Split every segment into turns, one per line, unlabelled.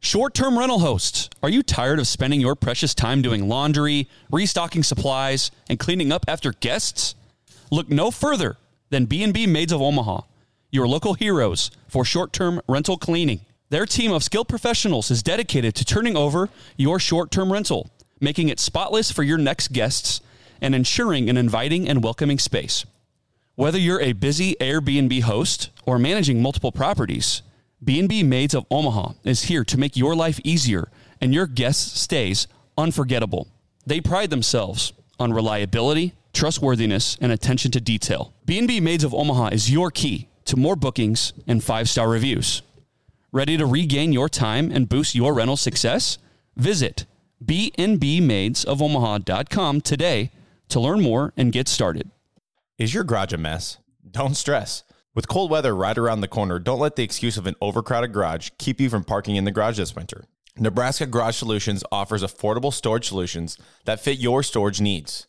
Short term rental hosts, are you tired of spending your precious time doing laundry, restocking supplies, and cleaning up after guests? Look no further than B&B Maids of Omaha, your local heroes for short-term rental cleaning. Their team of skilled professionals is dedicated to turning over your short-term rental, making it spotless for your next guests and ensuring an inviting and welcoming space. Whether you're a busy Airbnb host or managing multiple properties, B&B Maids of Omaha is here to make your life easier and your guests' stays unforgettable. They pride themselves on reliability, trustworthiness, and attention to detail. B&B Maids of Omaha is your key to more bookings and five-star reviews. Ready to regain your time and boost your rental success? Visit bnbmaidesofomaha.com today to learn more and get started.
Is your garage a mess? Don't stress. With cold weather right around the corner, don't let the excuse of an overcrowded garage keep you from parking in the garage this winter. Nebraska Garage Solutions offers affordable storage solutions that fit your storage needs.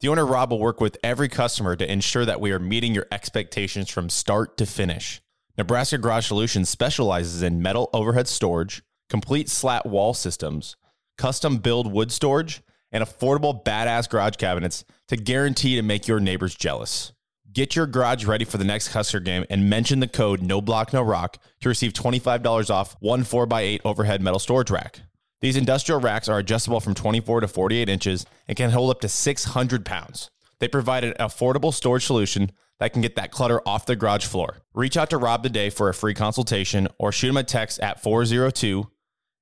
The owner Rob will work with every customer to ensure that we are meeting your expectations from start to finish. Nebraska Garage Solutions specializes in metal overhead storage, complete slat wall systems, custom build wood storage, and affordable badass garage cabinets to guarantee to make your neighbors jealous. Get your garage ready for the next Husker game and mention the code NOBLOCKNOROCK to receive $25 off one 4x8 overhead metal storage rack. These industrial racks are adjustable from 24 to 48 inches and can hold up to 600 pounds. They provide an affordable storage solution that can get that clutter off the garage floor. Reach out to Rob today for a free consultation or shoot him a text at 402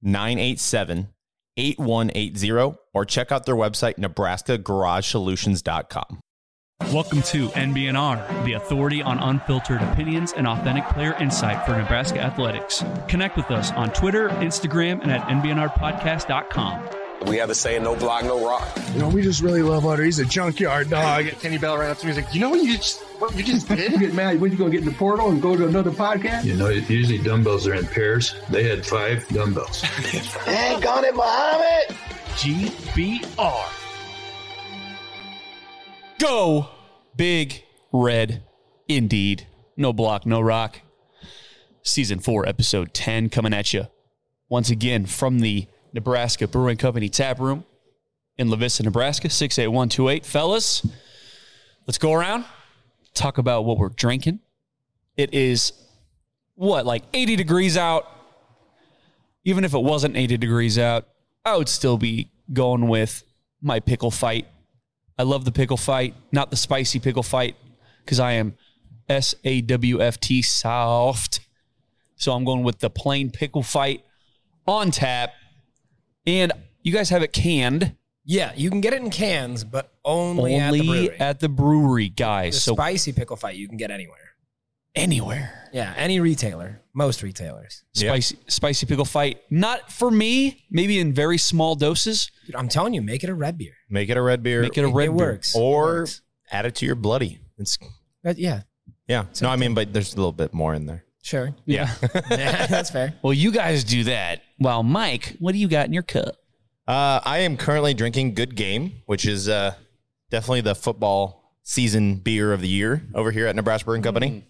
987 8180 or check out their website, nebraskagaragesolutions.com.
Welcome to NBNR, the authority on unfiltered opinions and authentic player insight for Nebraska athletics. Connect with us on Twitter, Instagram, and at NBNRpodcast.com.
We have the saying, no blog, no rock.
You know, we just really love Hunter. He's a junkyard dog.
Kenny Bell ran up to me. He's like, "You know what you just what you just did?
Get mad when you gonna get in the portal and go to another podcast?
You know, usually dumbbells are in pairs. They had five dumbbells.
Dang on it, Muhammad!
GBR.
Go big red indeed. No block, no rock. Season 4, episode 10 coming at you. Once again from the Nebraska Brewing Company tap room in La Vista, Nebraska, 68128. Fellas, let's go around, talk about what we're drinking. It is what, like 80 degrees out? Even if it wasn't 80 degrees out, I would still be going with my pickle fight. I love the pickle fight, not the spicy pickle fight, because I am S A W F T soft. So I'm going with the plain pickle fight on tap. And you guys have it canned
Yeah, you can get it in cans, but only, at the
only
brewery.
at the brewery,
the
guys. so
spicy pickle fight you can get anywhere.
anywhere.
Yeah, any retailer, most retailers.
Spicy spicy pickle fight. Not for me, maybe in very small doses.
Dude, I'm telling you, make it a red beer.
Make it a red beer
Make it a red
it
beer.
works.
or
It works.
add it to your bloody. It's
But yeah,
yeah. No, I mean, but there's a little bit more in there.
sure.
Yeah.
Yeah, that's fair.
Well, you guys do that. Well, Mike, what do you got in your cup?
Uh, I am currently drinking Good Game, which is uh, definitely the football season beer of the year over here at Nebraska Brewing Company.
Mm.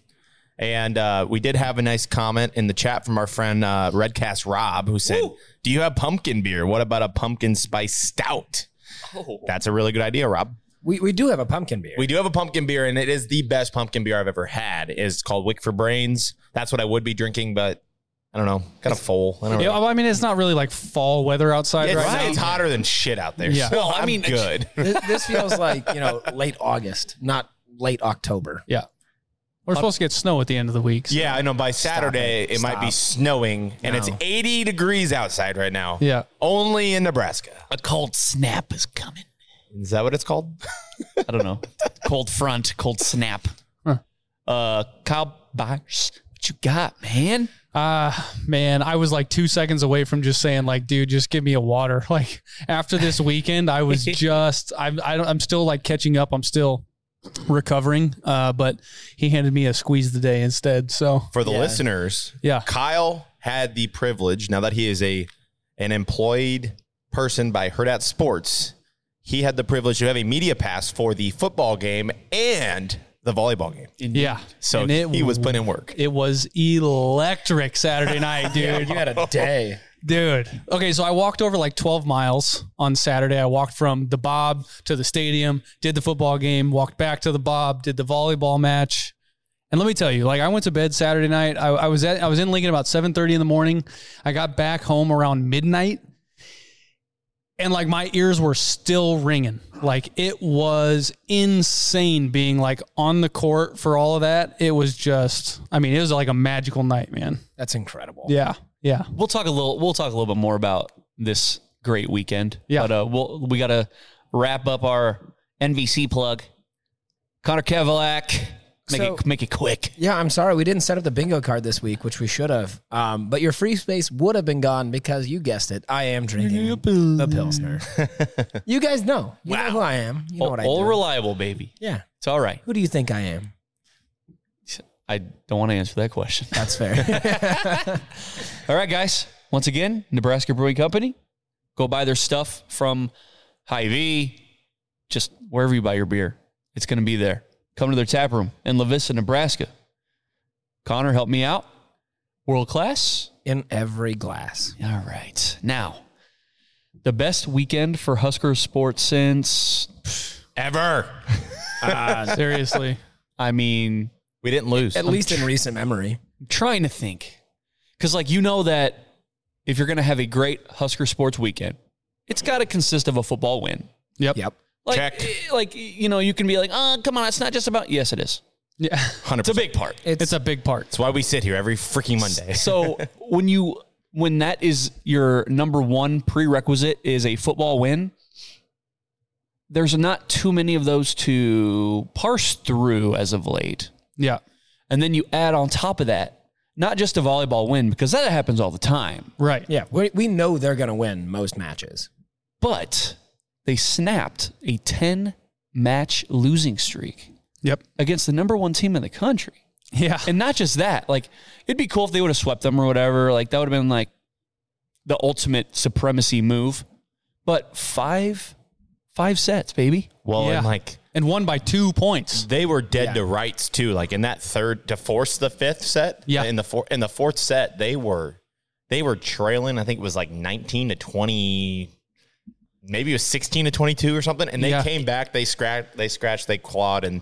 And uh, we did have a nice comment in the chat from our friend uh, Redcast Rob, who said, "Do you have pumpkin beer? What about a pumpkin spice stout?"
Oh.
That's a really good idea, Rob.
We, we do have a pumpkin beer.
We do have a pumpkin beer, and it is the best pumpkin beer I've ever had. It's called Wick for Brains. That's what I would be drinking, but I don't know, kind of full. I don't
Yeah,
know.
well, I mean, it's not really like fall weather outside
It's,
right
it's
now.
hotter than shit out there.
Yeah.
So well, I mean, good.
this, this feels like you know late August, not late October.
Yeah. We're supposed to get snow at the end of the week. so-
Yeah, I know. By Saturday,
it.
it, might be
Stop.
snowing, and it's
No.
80 degrees outside right now.
Yeah.
Only in Nebraska.
A cold snap is coming.
Is that what it's called?
I don't know. cold front, cold snap. Uh Kyle Byers, what you got, man?
Ah, man, I was like two seconds away from just saying, like, dude, just give me a water. Like after this weekend, I was just, I'm, I don't, I'm still like catching up. I'm still recovering. Uh, but he handed me a squeeze the day instead. So
For the listeners,
Yeah.
Kyle had the privilege now that he is a an employed person by Herd at Sports. He had the privilege to have a media pass for the football game and the volleyball game.
yeah,
So
And it
he was putting in work.
It was electric Saturday night, dude.
you had a day.
Dude. Okay, so I walked over like 12 miles on Saturday. I walked from the Bob to the stadium, did the football game, walked back to the Bob, did the volleyball match. And let me tell you, like I went to bed Saturday night. I, I was at I was in Lincoln about 7:30 in the morning. I got back home around midnight. And like my ears were still ringing. Like it was insane being like on the court for all of that. It was just I mean, it was like a magical night, man.
That's incredible.
Yeah. Yeah.
We'll talk a little. We'll talk a little bit more about this great weekend.
Yeah.
But uh, we'll, we got to wrap up our NVC plug. Connor Kevelak, make
So-
it make it quick.
Yeah, I'm sorry we didn't set up the bingo card this week, which we should have. Um, but your free space would have been gone because you guessed it. I am drinking the pilsner. you guys know. You know who I am. You know what I
All
do.
reliable, baby.
yeah.
It's all right.
Who do you think I am?
I don't want to answer that question.
That's fair.
All right, guys. Once again, Nebraska Brewing Company. Go buy their stuff from Hy-Vee, just wherever you buy your beer. It's going to be there. Come to their tap room in La Vista, Nebraska. Connor, help me out. World class.
In every glass.
All right. Now, the best weekend for Husker sports since,
Ever.
Seriously.
I mean,
We didn't lose.
At least in recent memory.
trying to think because like you know that if you're going to have a great husker sports weekend it's got to consist of a football win
Yep.
Yep.
like
Check.
eh, like you know you can be like oh come on it's not just about yes it is
Yeah.
100%.
it's a big part
It's,
It's a big part.
That's why we sit here every freaking Monday.
so when you when that is your number one prerequisite is a football win there's not too many of those to parse through as of late
Yeah.
and then you add on top of that not just a volleyball win because that happens all the time
Right.
yeah. We, we know they're going to win most matches.
but they snapped a 10 match losing streak
Yep.
against the number one team in the country.
Yeah.
And not just that, like, it'd be cool if they would have swept them or whatever. Like, that would have been like the ultimate supremacy move. But five, five sets, baby.
well,
Yeah.
and like
And won by two points.
they were dead to rights too. Like in that third to force the fifth set.
Yeah.
In the four in the fourth set, they were they were trailing. I think it was like nineteen to twenty, maybe it was sixteen to twenty two or something. And they
Yeah.
came back. They scratched. They scratched. They clawed, and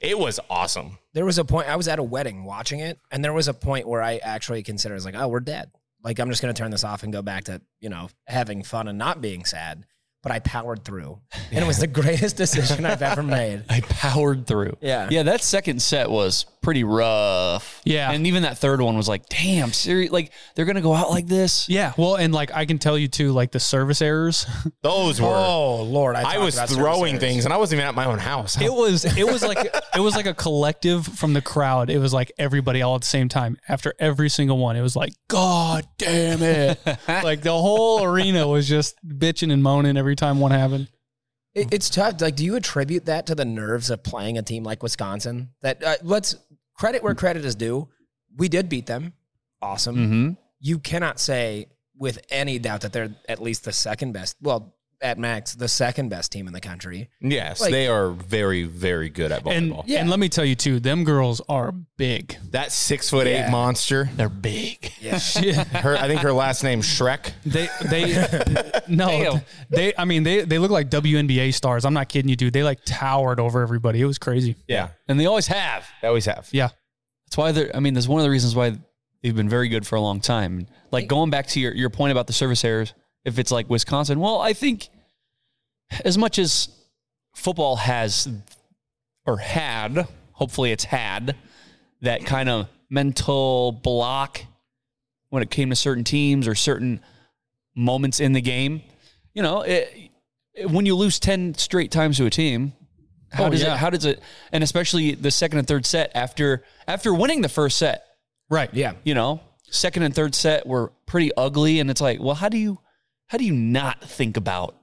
it was awesome.
There was a point, I was at a wedding watching it, and there was a point where I actually considered, I was like, oh, we're dead. Like, I'm just going to turn this off and go back to, you know, having fun and not being sad. But I powered through. And it was the greatest decision I've ever made.
I powered through.
Yeah.
Yeah, that second set was pretty rough.
Yeah.
And even that third one was like, damn, serious. Like, they're going to go out like this.
Yeah. Well, and like I can tell you too, like the service errors.
Those were.
Oh, Lord.
I
talked
was
about
throwing
service
things,
errors.
and I wasn't even at my own house.
It was it was like it was like a collective from the crowd. It was like everybody all at the same time. After every single one, it was like, God damn it. like the whole arena was just bitching and moaning every time one happened.
It, it's tough. Like, do you attribute that to the nerves of playing a team like Wisconsin? That uh, let's credit where credit is due. We did beat them. Awesome.
Mm-hmm.
You cannot say with any doubt that they're at least the second best. Well, at max, the second best team in the country.
yes,
like-
they are very, very good at
And
volleyball.
Yeah.
and let me tell you too, them girls are big.
that six foot eight
Yeah.
monster.
They're big.
Yeah.
Her, I think her last name Shrek.
They they no they I mean they they look like WNBA stars. I'm not kidding you, dude. They like towered over everybody. It was crazy.
Yeah,
And they always have.
they always have.
Yeah.
That's why they're, I mean, that's one of the reasons why they've been very good for a long time. Like going back to your, your point about the service errors, if it's like Wisconsin, well, I think as much as football has or had, hopefully it's had that kind of mental block when it came to certain teams or certain moments in the game, you know, it, it- when you lose 10 straight times to a team, how
Oh,
does
yeah.
it, how does it, and especially the second and third set after, after winning the first set,
Right.
Yeah.
you know, second and third set were pretty ugly, and it's like, well, how do you how do you not think about?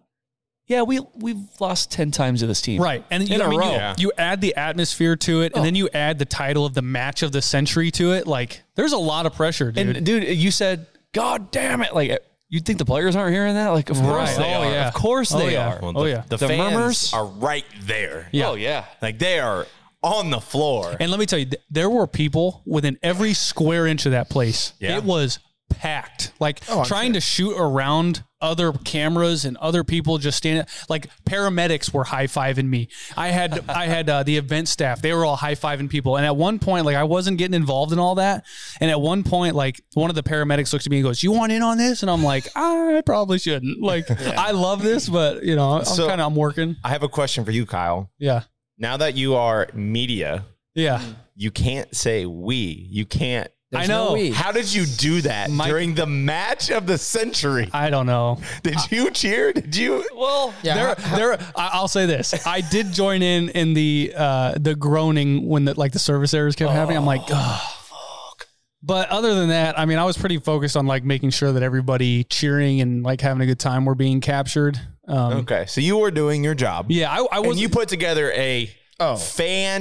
Yeah, we we've lost ten times to this team,
Right. And
in
you,
a
I mean, you-
row.
you, add the atmosphere to
Oh.
it, and then you add the title of the match of the century to it. Like, there's a lot of pressure, dude.
And dude, you said, "God damn it!" Like you'd think the players aren't hearing that. Like, of course
Right.
they
Oh,
are.
yeah.
Of course
Oh,
they
yeah.
are.
Well,
the,
Oh, yeah.
The,
The
fans
murmurs?
are right there.
Yeah.
Oh yeah.
Like they are on the floor.
and let me tell you, th- there were people within every square inch of that place.
Yeah.
It was packed. Like
Oh, I'm
trying to shoot around other cameras and other people just standing. Like paramedics were high fiving me. I had I had uh, the event staff. They were all high fiving people. And at one point, like I wasn't getting involved in all that. And at one point, like one of the paramedics looks at me and goes, "You want in on this?" And I'm like, "I probably shouldn't." Like I love this, but you know, I'm
So-
kind of I'm working.
I have a question for you, Kyle.
Yeah.
Now that you are media,
Yeah.
you can't say we. You can't.
There's I know. no we.
How did you do that
Mike-
during the match of the century?
I don't know.
Did you cheer? Did you?
Well,
Yeah.
there,
how-
there. I- I'll say this: I did join in in the uh, the groaning when the like the service errors kept happening. I'm like, oh, But other than that, I mean, I was pretty focused on like making sure that everybody cheering and like having a good time were being captured. Um,
Okay, so you were doing your job.
Yeah, I, I
and
was.
you put together a
Oh.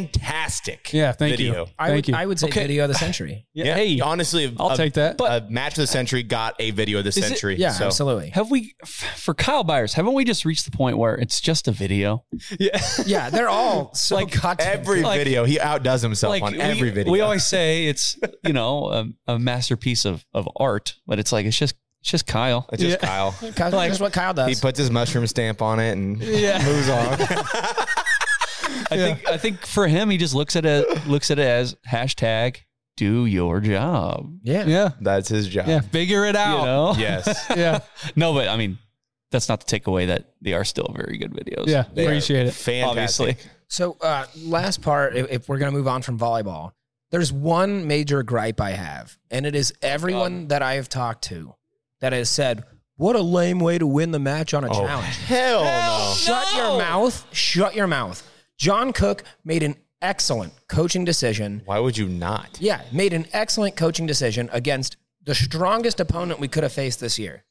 fantastic.
yeah, thank
video.
you.
I
thank
would,
you.
I would say
Okay.
video of the century.
Yeah.
Hey.
honestly,
I'll
a-
take that.
a match of the century got a video of the
it-
century.
Yeah,
so.
absolutely.
Have we, f- for Kyle Byers, haven't we just reached the point where it's just a video?
Yeah, they're all so
Like,
goddamn
Every
good.
Like-
video, he outdoes himself on
we-
every video.
We always say it's you know a, a masterpiece of of art, but it's like it's just it's just Kyle.
It's just
Yeah.
Kyle.
Kyle, just what Kyle
He
does.
puts his mushroom stamp on it and
Yeah.
moves on.
I think I think for him, he just looks at it looks at it as hashtag do your job.
yeah.
yeah,
That's his job.
yeah. Figure it
You
out.
Oh.
know?
Yes.
Yeah,
No, but I mean, that's not to take away that they are still very good videos.
yeah.
They are
Appreciate it.
Fantastic.
Obviously.
So, uh, last part, if, if we're going to move on from volleyball, there's one major gripe I have, and it is
Um.
everyone that I have talked to that has said, What a lame way to win the match on a
Oh,
challenge.
hell no.
Shut your mouth. Shut your mouth. John Cook made an excellent coaching decision.
Why would you not?
Yeah, made an excellent coaching decision against the strongest opponent we could have faced this year,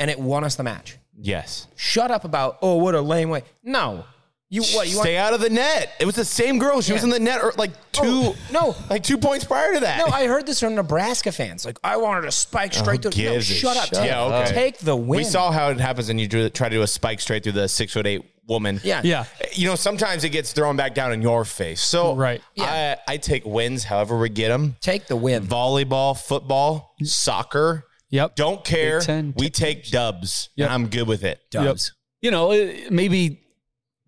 and it won us the match.
Yes.
Shut up about, Oh, what a lame way. No. You, what, you want
Stay out of the net. It was the same girl. She was
Yeah.
in the net or like two,
Oh, no.
like two points prior to that.
No, I heard this from Nebraska fans. Like, I wanted to spike straight
Oh, Who
through. No,
gives a
shut up.
shit?
Take,
Yeah, okay.
take the win.
we saw how it happens when you do, try to do a spike straight through the six foot eight woman. Eh,
Yeah.
Yeah.
You know, sometimes it gets thrown back down in your face. So
Right.
Yeah.
I, I take wins however we get them.
Take the win.
Volleyball, football, soccer.
Yep.
Don't care.
Big Ten.
We take dubs.
Yep.
And I'm good with it.
Dubs.
You know, it- maybe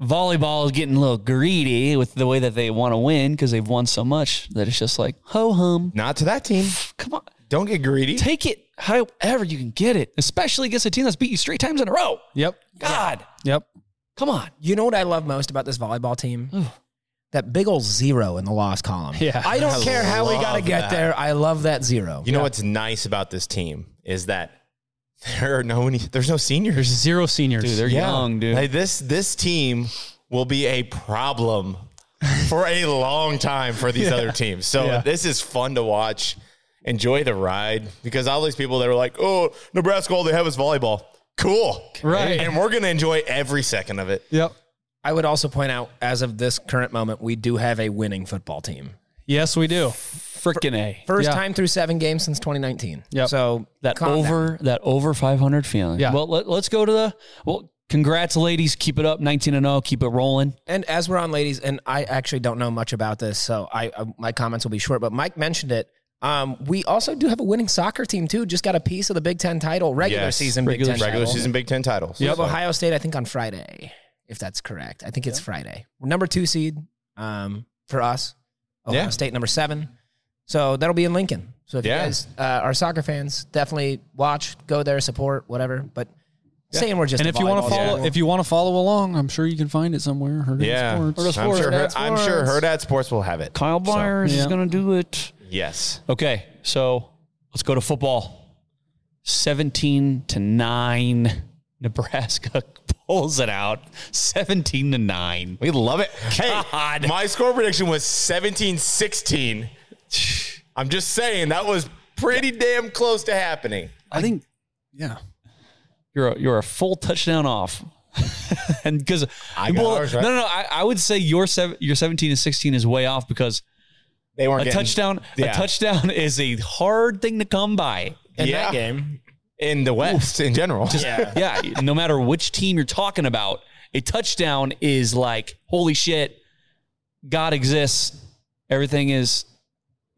volleyball is getting a little greedy with the way that they want to win because they've won so much that it's just like ho hum.
Not to that team.
Come on,
Don't get greedy.
take it however you can get it, especially against a team that's beat you three times in a row.
Yep.
God,
Yep.
come on.
You know what I love most about this volleyball team? that big old zero in the loss column.
Yeah.
I don't
I
care how we got to
love
get
that.
there. I love that zero.
You know what's nice about this team is that there are no any, there's no seniors.
Zero seniors.
Dude, they're young, dude.
Like, this this team will be a problem for a long time for these other teams. So
Yeah.
this is fun to watch. Enjoy the ride because all these people that are like, "Oh, Nebraska, all they have is volleyball." Cool,
Right.
And we're gonna enjoy every second of it.
yep.
I would also point out, as of this current moment, we do have a winning football team.
Yes, we do.
Freaking a.
First
Yeah.
time through seven games since 2019.
Yep.
So
that
calm down.
over that over 500 feeling.
Yeah.
Well, let, us go to the well. Congrats, ladies. Keep it up. 19 and 0.
oh,
Keep it rolling.
And as we're on, ladies, and I actually don't know much about this, so I, uh my comments will be short. But Mike mentioned it. Um, we also do have a winning soccer team too. Just got a piece of the Big Ten title, regular
Yes.
season
Regular-
Big Ten
Regular
title.
season Big Ten titles.
We have Ohio State, I think, on Friday, if that's correct. I think it's Friday. We're number two seed um, for us. Ohio
Yeah.
State number seven. So that'll be in Lincoln. So if
Yeah.
you guys uh, are soccer fans, definitely watch, go there, support, whatever. But saying we're just
and
a
if you want
volleyball
to follow,
school-
if you want to follow along, I'm sure you can find it somewhere. Heard it in
Yeah,
sports.
I'm sure. Her,
That's
I'm sure
sports.
Herd at Sports will have it.
Kyle Byers
Yeah.
is going to do it.
Yes.
Okay. So let's go to football. 17 to 9. Nebraska pulls it out. 17 to 9.
We love it. Hey,
God.
my score prediction was 17 16. I'm just saying that was pretty damn close to happening.
I think, yeah, you're a, you're a full touchdown off, and because
I got ours, right?
no, no, no, I, I would say your seven, your seventeen and sixteen is way off because
They weren't
a
getting-
touchdown,
Yeah.
a touchdown is a hard thing to come by.
in
Yeah.
that game.
in the West in general.
Yeah.
yeah, no matter which team you're talking about, a touchdown is like holy shit, God exists, everything is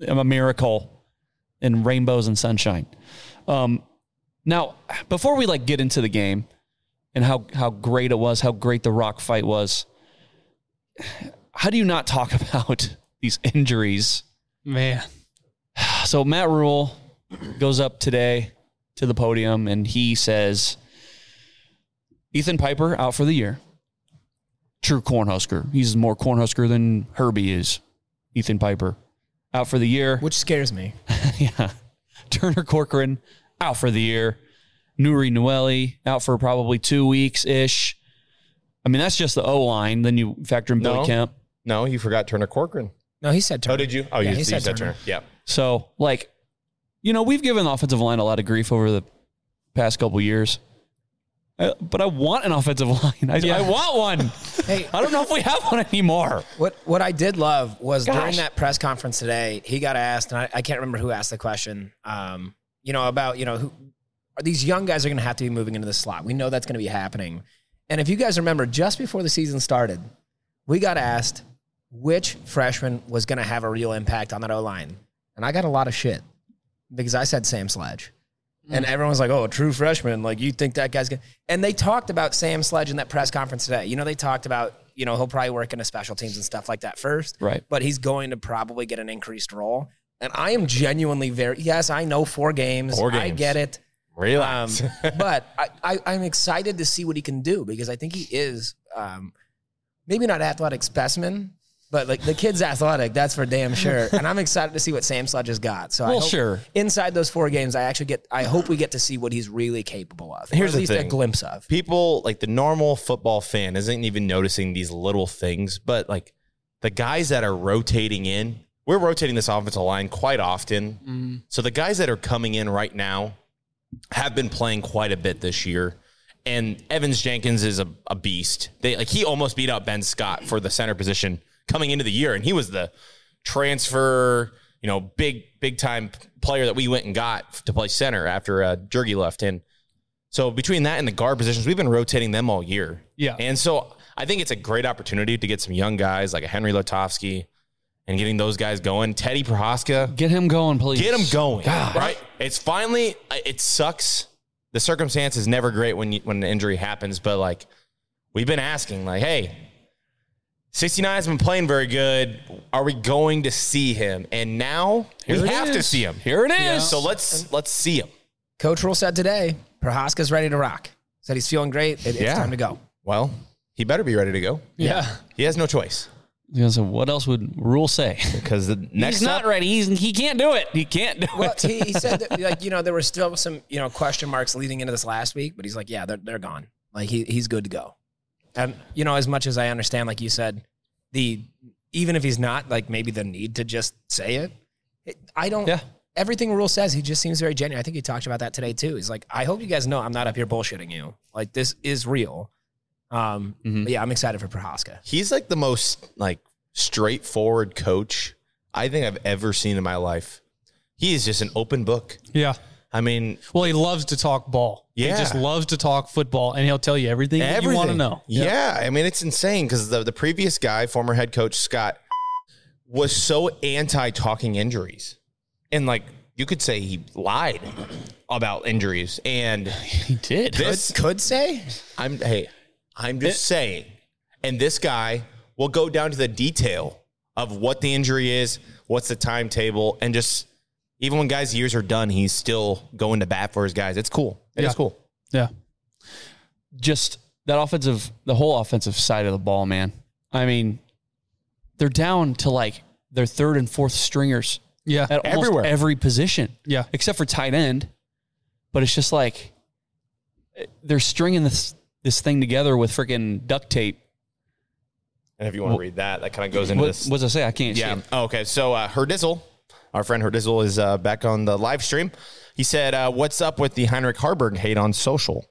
a miracle, and rainbows and sunshine. Um, now, before we like get into the game and how how great it was, how great the Rock fight was, how do you not talk about these injuries?
Man.
So Matt Rule goes up today to the podium and he says, Ethan Piper out for the year. True cornhusker. He's more cornhusker than Herbie is. Ethan Piper out for the year.
Which scares me.
yeah. Turner Corcoran out for the year. Nuri Noeli out for probably two weeks ish. I mean, that's just the O line. Then you factor in Billy
No.
Kemp.
No, you forgot Turner Corcoran.
No, he said
Oh,
Turner.
did you? Oh,
Yeah,
you,
he
you
said
said,
Turner.
Turner. Yeah.
So, like, you know, we've given the offensive line a lot of grief over the past couple years. Uh, but I want an offensive line. I, I want one.
Hey.
I don't know if we have one anymore.
What what I did love was
Gosh.
during that press conference today, he got asked, and I, I can't remember who asked the question. Um, you know about you know who are these young guys are going to have to be moving into the slot. We know that's going to be happening. And if you guys remember, just before the season started, we got asked which freshman was going to have a real impact on that O line, and I got a lot of shit because I said Sam Sledge.
Mm.
And everyone's like, oh, a true freshman. Like, you think that guy's going to. And they talked about Sam Sledge in that press conference today. You know, they talked about, you know, he'll probably work in a special teams and stuff like that first.
Right.
But he's going to probably get an increased role. And I am genuinely very, yes, I know four games.
Four
I
games.
get it. Um,
Relax.
but I, I, I'm excited to see what he can do because I think he is um, maybe not an athletic specimen, but like the kid's athletic, that's for damn sure. And I'm excited to see what Sam Sledge has got. So I
Well,
hope
sure.
inside those four games, I actually get I hope we get to see what he's really capable of. or
Here's
at
the
least a
thing.
glimpse of.
People like the normal football fan isn't even noticing these little things, but like the guys that are rotating in, we're rotating this offensive line quite often. So the guys that are coming in right now have been playing quite a bit this year. And Evans Jenkins is a, a beast. They like he almost beat out Ben Scott for the center position coming into the year, and he was the transfer, you know, big big time player that we went and got to play center after uh, Jergy left. And so between that and the guard positions, we've been rotating them all year.
Yeah.
And so I think it's a great opportunity to get some young guys like a Henry Lotovsky and getting those guys going. Teddy Prohaska
Get him going, please.
get them going. Right? It's finally. It sucks. The circumstance is never great when you, when an injury happens, but like we've been asking, like, hey, 69 has been playing very good. Are we going to see him? And now
Here
we
it
have to
is.
see him.
Here it is.
So let's let's see him.
Coach Rule said today, Prohaska's ready to rock. Said he's feeling great. It- it's
Yeah.
time to go.
Well, he better be ready to go.
Yeah.
He has no choice
You know, so what else would Rule say?
because the next
He's not
up,
ready. He's, he can't do it. He can't do
Well,
it.
he, he said that, like, you know, there were still some, you know, question marks leading into this last week, but he's like, yeah, they're, they're gone. Like, he, he's good to go. And, you know, as much as I understand, like you said, the, even if he's not, like, maybe the need to just say it, it I don't,
Yeah.
everything Rule says, he just seems very genuine. I think he talked about that today, too. He's like, I hope you guys know I'm not up here bullshitting you. Like, this is real. Um,
Mm-hmm.
but yeah, I'm excited for Prohaska.
he's like the most like straightforward coach I think I've ever seen in my life. He is just an open book.
Yeah.
I mean,
Well, he loves to talk ball.
Yeah.
He just loves to talk football and he'll tell you everything, that you want to know.
Yeah. I mean, it's insane because the, the previous guy, former head coach Scott, was so anti talking injuries. And like, you could say he lied about injuries. And
He did.
this,
Could say?
I'm, hey, I'm just saying. And this guy will go down to the detail of what the injury is, what's the timetable, and just even when guys' years are done, he's still going to bat for his guys. It's cool. It's
Yeah.
cool.
Yeah.
just that offensive, the whole offensive side of the ball, man. I mean, they're down to like their third and fourth stringers
Yeah.
at almost
Everywhere.
every position.
Yeah.
except for tight end. But it's just like eh, they're stringing this this thing together with freaking duct tape.
And if you want to read that, that kind of goes into
What
this.
what does I say? I can't. see
Yeah.
it.
Oh, okay. So uh, Herdizel Our friend Herdizel is uh, back on the live stream. He said, uh, "What's up with the Heinrich Harburg hate on social?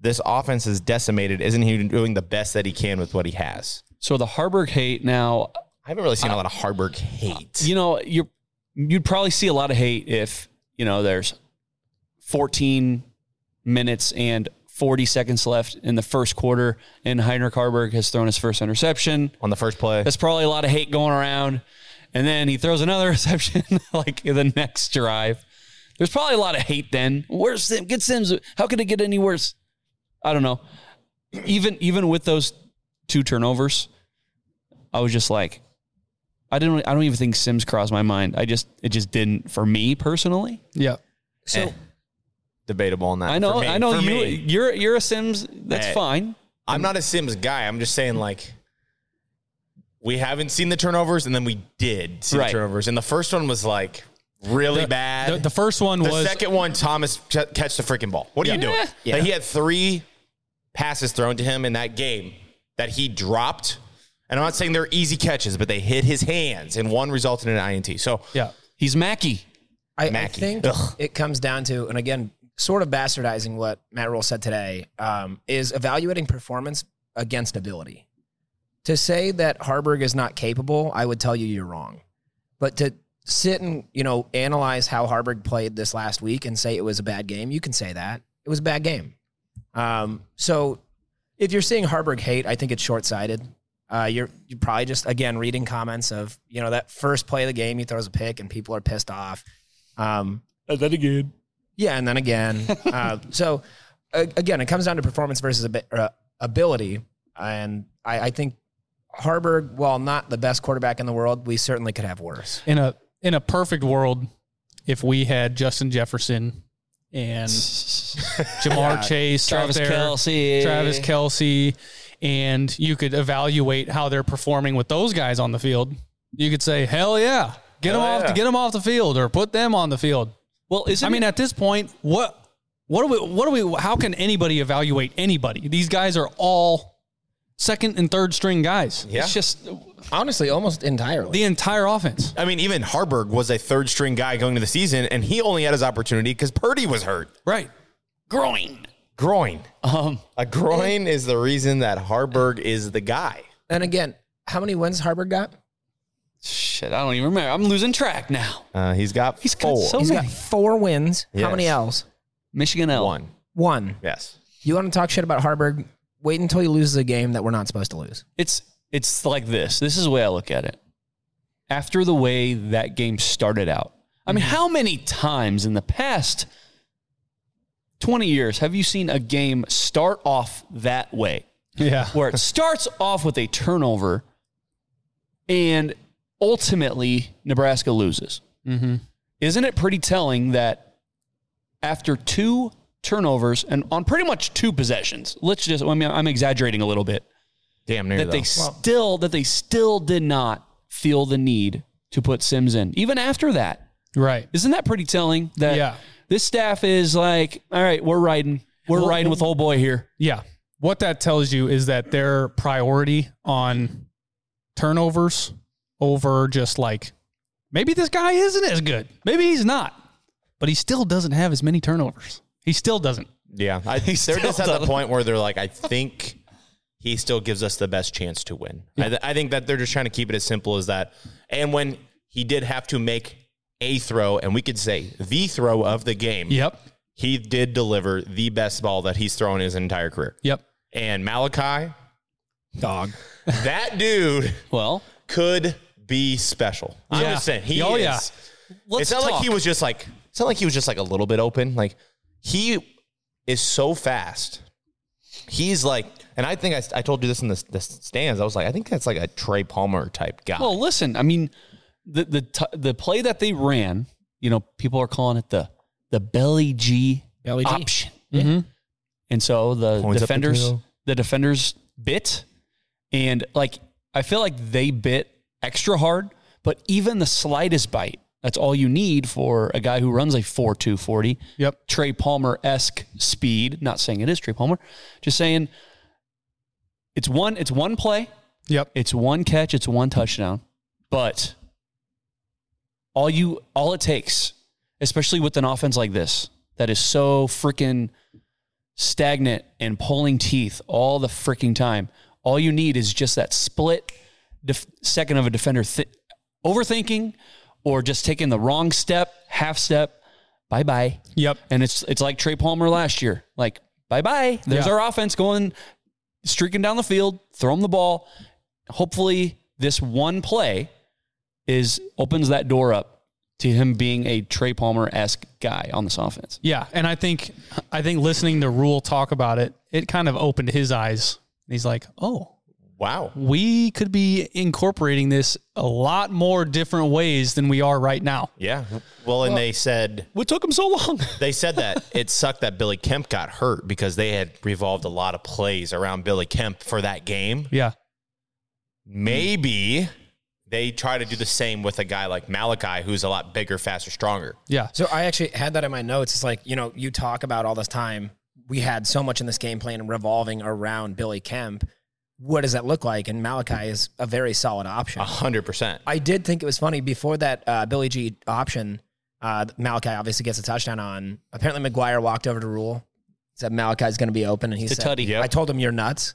This offense is decimated. Isn't he doing the best that he can with what he has?"
So the Harburg hate now.
I haven't really seen a lot of Harburg hate.
You know, you you'd probably see a lot of hate if you know there's 14 minutes and 40 seconds left in the first quarter, and Heinrich Harburg has thrown his first interception
on the first play.
That's probably a lot of hate going around, and then he throws another reception like in the next drive. There's probably a lot of hate then. Where's Sim? Get Sims. How could it get any worse? I don't know. Even even with those two turnovers, I was just like, I didn't. I don't even think Sims crossed my mind. I just it just didn't for me personally.
Yeah.
So
Eh, debatable on that.
I know.
For me-
I know
for
you.
me.
You're you're a Sims. That's
Hey.
fine.
I'm not a Sims guy. I'm just saying like we haven't seen the turnovers, and then we did see
Right.
the turnovers. And the first one was like really
The-
bad.
The, the first one
The
was
second one, Thomas ch- catch the freaking ball. What are you
Yeah.
doing?
Yeah.
Like, he had three passes thrown to him in that game that he dropped. And I'm not saying they're easy catches, but they hit his hands, and one resulted in an INT. So
yeah.
He's Mackey.
I, I
Mackey.
think
Ugh.
it comes down to, and again, sort of bastardizing what Matt Rule said today, um, is evaluating performance against ability. To say that Harburg is not capable, I would tell you you're wrong. But to sit and you know analyze how Harburg played this last week and say it was a bad game, you can say that it was a bad game. Um, so if you're seeing Harburg hate, I think it's short sighted. Uh, you're you probably just again reading comments of you know that first play of the game he throws a pick and people are pissed off. Um,
And then again.
yeah, and then again. uh, so a- again, it comes down to performance versus abi- uh, ability, and I, I think Harburg, while not the best quarterback in the world, we certainly could have worse.
In a in a perfect world, if we had Justin Jefferson and Jamar Chase,
Travis
out there,
Kelce.
Travis Kelsey, and you could evaluate how they're performing with those guys on the field. You could say, "Hell yeah, get them
Hell
off,
yeah.
get them off the field, or put them on the field."
Well, isn't
I mean, at this point, what what do we what do we how can anybody evaluate anybody? These guys are all second and third string guys.
Yeah.
it's just
Honestly, almost entirely.
The entire offense.
I mean, even Harburg was a third string guy going to the season, and he only had his opportunity because Purdy was hurt.
Right.
groin.
Groin.
Um,
A groin is the reason that Harburg is the guy.
And again, how many wins Harburg got?
shit. I don't even remember. I'm losing track now.
Uh, he's got
He's got
four.
so
He's got
many.
four wins. How
Yes.
many L's?
Michigan L.
One.
One.
Yes.
You want to talk shit about Harburg? Wait until he loses a game that we're not supposed to lose.
It's it's like this. This is the way I look at it. After the way that game started out, I
Mm-hmm.
mean, how many times in the past twenty years have you seen a game start off that way?
Yeah.
where it starts off with a turnover and ultimately Nebraska loses. Mm-hmm. Isn't it pretty telling that after two turnovers and on pretty much two possessions, let's just, I mean, I'm exaggerating a little bit,
Damn near
that they
though.
still, that they still did not feel the need to put Sims in, even after that.
Right.
Isn't that pretty telling that
Yeah.
this staff is like, all right, we're riding, we're
Well,
riding with old boy here.
Yeah. What that tells you is that their priority on turnovers over just like maybe this guy isn't as good. Maybe he's not. But he still doesn't have as many turnovers. He still doesn't.
Yeah, I, they're just at the
doesn't.
point where they're like, I think he still gives us the best chance to win. I, th- I think that they're just trying to keep it as simple as that. And when he did have to make a throw, and we could say the throw of the game,
Yep.
he did deliver the best ball that he's thrown his entire career.
Yep.
And Malachi,
Dog.
that dude
Well,
could be special. I'm
Yeah.
just saying, he
Oh,
is.
yeah.
let's
it's not
talk.
like he was just like it's not like he was just like a little bit open. Like he is so fast. He's like, and I think I, I told you this in the, the stands. I was like, I think that's like a Trey Palmer type guy.
Well, listen, I mean, the the t- the play that they ran, you know, people are calling it the the belly G
Belly G.
option, and so the
Points up the
defenders
tail.
the, defenders bit, and like I feel like they bit extra hard, but even the slightest bite, that's all you need for a guy who runs a four two forty.
Yep.
Trey Palmer esque speed. Not saying it is Trey Palmer, just saying it's one it's one play.
Yep.
It's one catch, it's one touchdown, but all you all it takes, especially with an offense like this that is so freaking stagnant and pulling teeth all the freaking time. All you need is just that split def- second of a defender thi- overthinking or just taking the wrong step, half step. Bye bye.
Yep.
And it's it's like Trey Palmer last year. Like bye bye. There's
Yeah.
our offense going streaking down the field. Throw him the ball. Hopefully, this one play is opens that door up to him being a Trey Palmer esque guy on this offense.
Yeah, and I think I think listening to Rule talk about it, it kind of opened his eyes. He's like, "Oh,
wow,
we could be incorporating this a lot more different ways than we are right now."
Yeah. Well, and they said
what took him so long.
they said that it sucked that Billy Kemp got hurt because they had revolved a lot of plays around Billy Kemp for that game.
Yeah.
Maybe they try to do the same with a guy like Malachi, who's a lot bigger, faster, stronger.
Yeah.
So I actually had that in my notes. It's like, you know, you talk about all this time. We had so much in this game plan revolving around Billy Kemp. What does that look like? And Malachi is a very solid option.
A hundred percent.
I did think it was funny before that uh, Billy G option. Uh, Malachi obviously gets a touchdown on. Apparently, McGuire walked over to Rule, said Malachi's going to be open, and he
To
said,
Tutty. Yep.
"I told him you're nuts."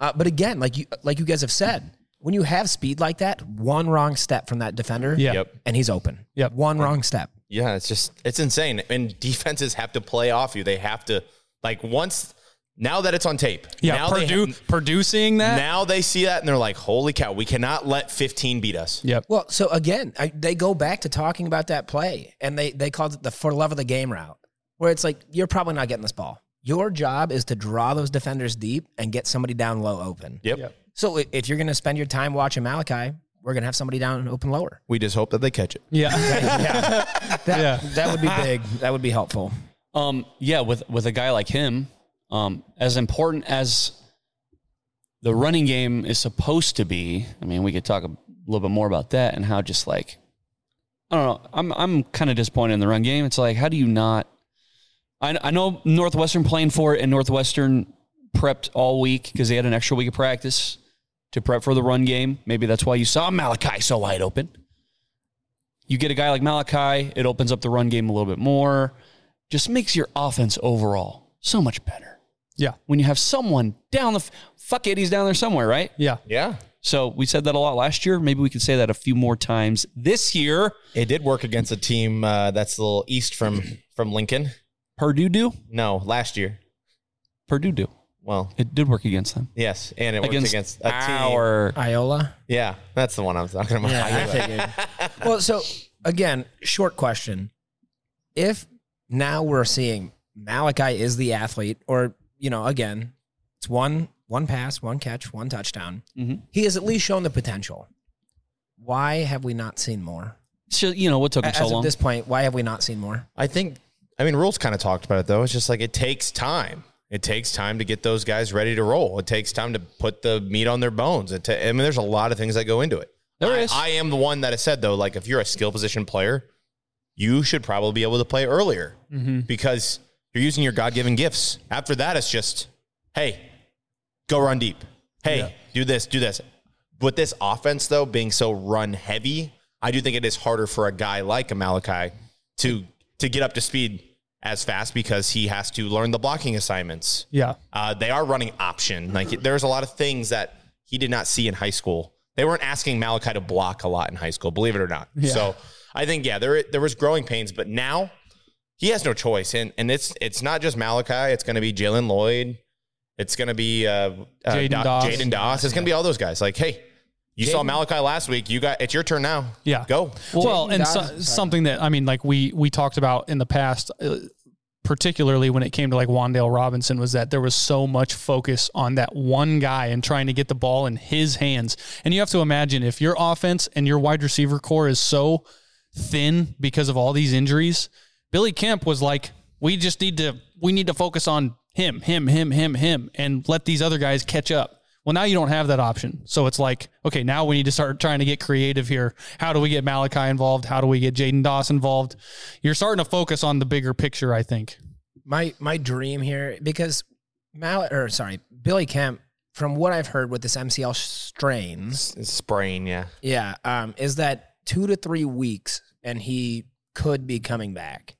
Uh, but again, like you, like you guys have said, when you have speed like that, one wrong step from that defender,
Yeah. Yep.
and he's open.
Yep.
one wrong step.
Yeah, it's just it's insane. And defenses have to play off you. They have to like once now that it's on tape.
Yeah,
now they
Purdue Purdue seeing that.
now they see that and they're like, "Holy cow, we cannot let 15 beat us."
Yep.
Well, so again, I, they go back to talking about that play, and they they called it the for love of the game route, where it's like you're probably not getting this ball. Your job is to draw those defenders deep and get somebody down low open.
Yep. Yep.
So i- if you're going to spend your time watching Malachi, we're going to have somebody down and open lower.
We just hope that they catch it.
yeah. That,
Yeah.
that would be big. That would be helpful.
Um, yeah, with with a guy like him, um, as important as the running game is supposed to be, I mean, we could talk a little bit more about that and how just like I don't know, I'm I'm kind of disappointed in the run game. It's like how do you not? I I know Northwestern playing for it and Northwestern prepped all week because they had an extra week of practice to prep for the run game. Maybe that's why you saw Malachi so wide open you get a guy like Malachi, it opens up the run game a little bit more. Just makes your offense overall so much better.
Yeah.
When you have someone down the f- fuck it, he's down there somewhere, right?
Yeah.
Yeah.
So we said that a lot last year. Maybe we could say that a few more times this year.
It did work against a team uh, that's a little east from from Lincoln.
Purdue do?
No, last year.
Purdue do.
Well,
it did work against them.
Yes, and it worked
Against
against a team.
our-
Iola.
Yeah, that's the one I was talking about.
well, so again, short question. If now we're seeing Malachi is the athlete, or you know, again, it's one one pass, one catch, one touchdown. He has at least shown the potential. Why have we not seen more?
So you know what took him
As
so
of
long?
this point, why have we not seen more?
I think, I mean, rules kind of talked about it though. It's just like it takes time. It takes time to get those guys ready to roll. It takes time to put the meat on their bones. It ta- I mean, there's a lot of things that go into it.
There
I,
is.
I am the one that has said though, like if you're a skill position player, you should probably be able to play earlier
Mm-hmm.
Mhm.
because you're using your God given gifts. After that, it's just, hey, go run deep. Hey,
Yeah.
do this, do this. With this offense though being so run heavy, I do think it is harder for a guy like a Malachi to to get up to speed as fast because he has to learn the blocking assignments.
Yeah.
Uh, they are running option.
Mm-hmm.
Like there's a lot of things that he did not see in high school. They weren't asking Malachi to block a lot in high school, believe it or not.
Yeah.
So I think yeah, there there was growing pains, but now he has no choice, and and it's it's not just Malachi. It's going to be Jalen Lloyd. It's going to be uh, uh,
Jaden
Do-
Doss.
Jaden Doss. It's going to be all those guys. Like hey, you saw
Jaden-
Malachi last week. You got it's your turn now.
Yeah.
go.
Well, and so, something that I mean, like we we talked about in the past, uh, particularly when it came to like Wandale Robinson, was that there was so much focus on that one guy and trying to get the ball in his hands. And you have to imagine if your offense and your wide receiver core is so thin because of all these injuries, Billy Kemp was like, "We just need to we need to focus on him, him, him, him, him, and let these other guys catch up." Well, now you don't have that option. So it's like, okay, now we need to start trying to get creative here. How do we get Malachi involved? How do we get Jaden Doss involved? You're starting to focus on the bigger picture, I think.
my my dream here because Mal or sorry Billy Kemp from what I've heard with this MCL strain
Sprain, yeah.
yeah um is that two to three weeks and he could be coming back.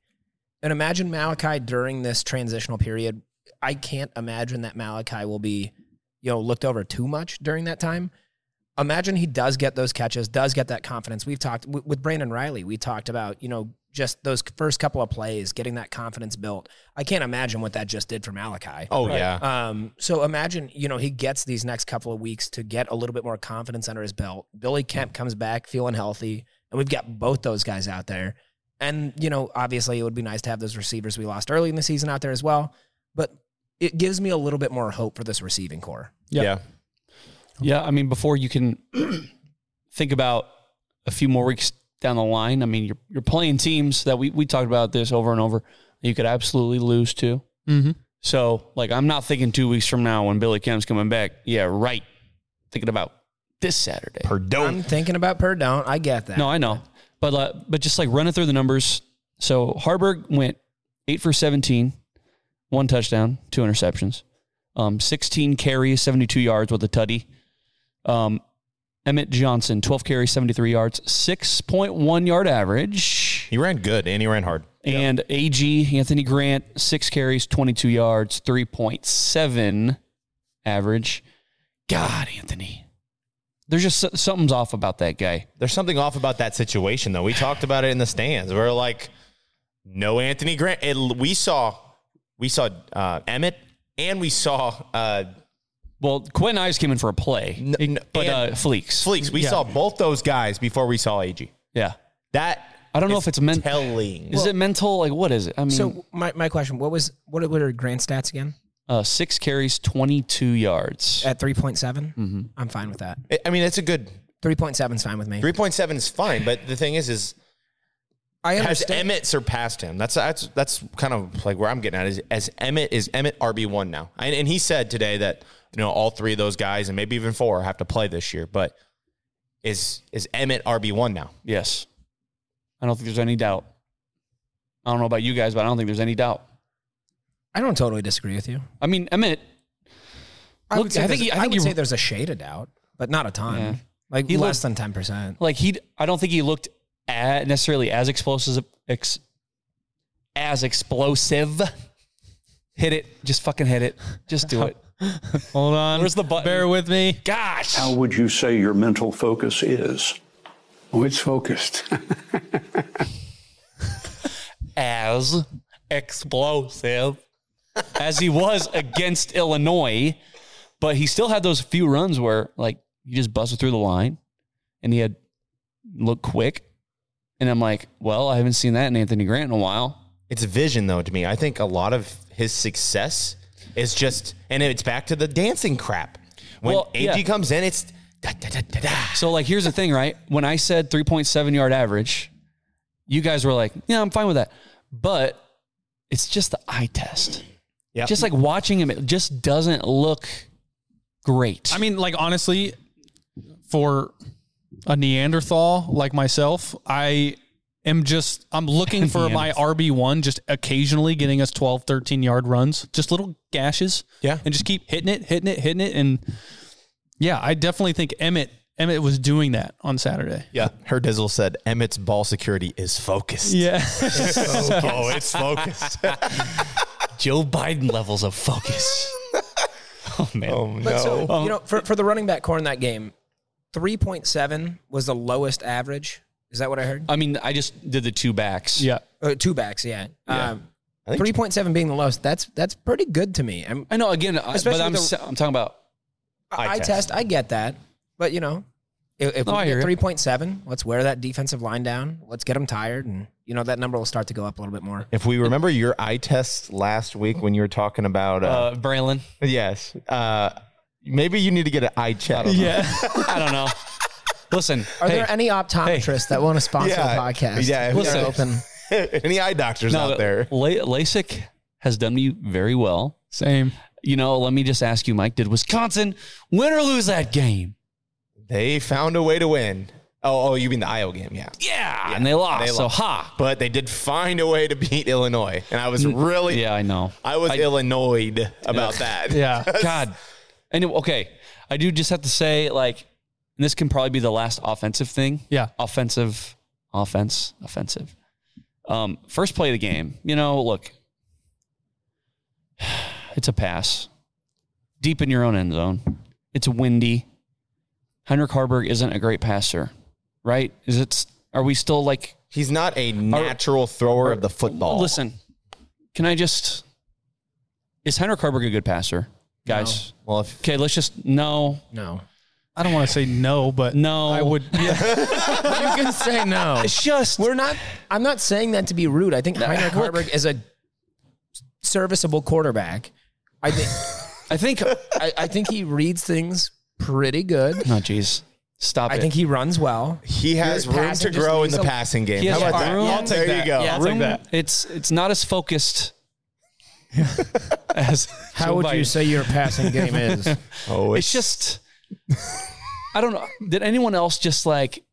And imagine Malachi during this transitional period. I can't imagine that Malachi will be, you know, looked over too much during that time. Imagine he does get those catches, does get that confidence. We've talked w- with Brandon Riley, we talked about, you know, just those first couple of plays, getting that confidence built. I can't imagine what that just did for Malachi.
Oh, Right. yeah.
Um, so imagine, you know, he gets these next couple of weeks to get a little bit more confidence under his belt. Billy Kemp comes back feeling healthy, and we've got both those guys out there. And, you know, obviously it would be nice to have those receivers we lost early in the season out there as well. But it gives me a little bit more hope for this receiving core.
Yeah.
Yeah. I mean, before you can think about a few more weeks down the line, I mean, you're, you're playing teams that we, we talked about this over and over that you could absolutely lose to.
Mm-hmm.
So, like, I'm not thinking two weeks from now when Billy Kemp's coming back. Yeah, right. Thinking about this Saturday.
I'm thinking about Perdone. I get that.
No, I know, but uh, but just like running through the numbers. So Harburg went eight for seventeen, one touchdown, two interceptions, um, sixteen carries, seventy-two yards with a tutty. Um, Emmett Johnson, twelve carries, seventy-three yards, six point one yard average.
He ran good and he ran hard.
And AG Anthony Grant, six carries, twenty-two yards, three point seven average. God, Anthony, there's just so- something's off about that guy.
There's something off about that situation, though. We talked about it in the stands. We are like, no Anthony Grant. It, we saw, we saw uh, Emmett, and we saw. Uh,
well, Quinn Ives came in for a play, but uh, Fleeks.
Fleeks. We
Yeah.
saw both those guys before we saw AG.
Yeah,
that.
I don't know if it's meant.
Telling.
Is it mental? Like, what is it? I mean,
so my, my question, what was what were Grant's stats again?
uh, six carries, twenty-two yards.
At 3.7?
Mm-hmm.
I'm fine with that.
I- I mean, it's a good
3.7 is fine with me.
three point seven is fine, but the thing is, is
I
has
understand.
Emmett surpassed him? That's that's that's kind of like where I'm getting at. Is as Emmett is Emmett RB one now, and, and he said today that you know all three of those guys and maybe even four have to play this year, but is is Emmett RB one now?
Yes, I don't think there's any doubt. I don't know about you guys, but I don't think there's any doubt.
I don't totally disagree with you.
I mean, Emmett.
I
Look,
would say,
I think he-
there's-
I
I
think
would
he-
say there's a shade of doubt, but not a ton.
Yeah.
Like
He
less
looked-
than ten percent.
Like he, I don't think he looked at necessarily as explosive. Ex, as explosive. Hit it. Just fucking hit it. Just do it.
Hold on.
Where's the button?
Bear with me.
Gosh.
How would you say your mental focus is?
Oh, it's focused.
as explosive as he was against Illinois, but he still had those few runs where like he just busted through the line and he had looked quick. And I'm like, well, I haven't seen that in Anthony Grant in a while.
It's vision though to me. I think a lot of his success is just, and it's back to the dancing crap. When
Well,
AG
yeah.
comes in, it's da, da, da, da, da.
So like here's the thing, right? When I said 3.7 yard average, you guys were like, "Yeah, I'm fine with that." But it's just the eye test.
Yeah.
Just like watching him, it just doesn't look great.
I mean, like honestly, for a Neanderthal like myself, I am just I'm looking for my RB1 just occasionally getting us 12, 13 yard runs, just little gashes.
Yeah.
And just keep hitting it, hitting it, hitting it and yeah, I definitely think Emmett Emmett was doing that on Saturday.
Yeah, her Dizzle said Emmett's ball security is focused.
Yeah.
oh, it's focused.
Joe Biden levels of focus. oh man.
Oh no.
But so you know, for, for the running back core in that game, three point seven was the lowest average. Is that what I heard?
I mean, I just did the two backs.
Yeah.
Uh, two backs, yeah.
Yeah.
Um,
I think-
three point seven being the lowest. That's that's pretty good to me. I'm,
I know. Again, I, but
Especially
I'm
the-
s I'm talking about.
I, I test. I get that, but you know, if, if
No, I
we
hear you.
get three point seven, let's wear that defensive line down. Let's get them tired, and you know that number will start to go up a little bit more.
If we remember your eye test last week when you were talking about, uh,
Uh, Braylon.
yes, uh, maybe you need to get an eye check.
I don't know. Listen.
Are
hey,
there any optometrists that want to sponsor
Yeah.
the podcast?
Yeah,
We're
yeah.
open.
Any eye doctors
no,
out there?
La- LASIK has done me very well.
Same.
You know, let me just ask you, Mike. Did Wisconsin win or lose that game?
They found a way to win. Oh, oh, you mean the Iowa game? Yeah.
Yeah, and they lost.
They
So
lost.
ha.
But they did find a way to beat Illinois, and I was really,
Mm, Yeah, I know.
I was Illinoised about that.
Yeah.
God. And it- okay, I do just have to say, like, and this can probably be the last offensive thing.
Yeah.
Offensive offense, offensive. Um, first play of the game, you know, look, it's a pass deep in your own end zone. It's windy. Henrik Harburg isn't a great passer, right? Is it? Are we still like
he's not a natural are, thrower are, of the football?
Listen, can I just? Is Henrik Harburg a good passer, guys?
No. Well, if,
okay, let's just no,
no.
I don't want to say no, but
no,
I would. Yeah.
you can say no.
It's just
we're not. I'm not saying that to be rude. I think that, Heinrich Harburg is a serviceable quarterback. I think. I think. I, I, think he reads things pretty good.
No, oh, jeez. Stop
I
it.
think he runs well.
He has Your room to grow in the a, passing game. How about that?
Room,
yeah, there
that.
you go.
Yeah, room, that. It's it's not as focused as
How Joe would Biden. you say your passing game is?
oh, it's, it's just I don't know. Did anyone else just like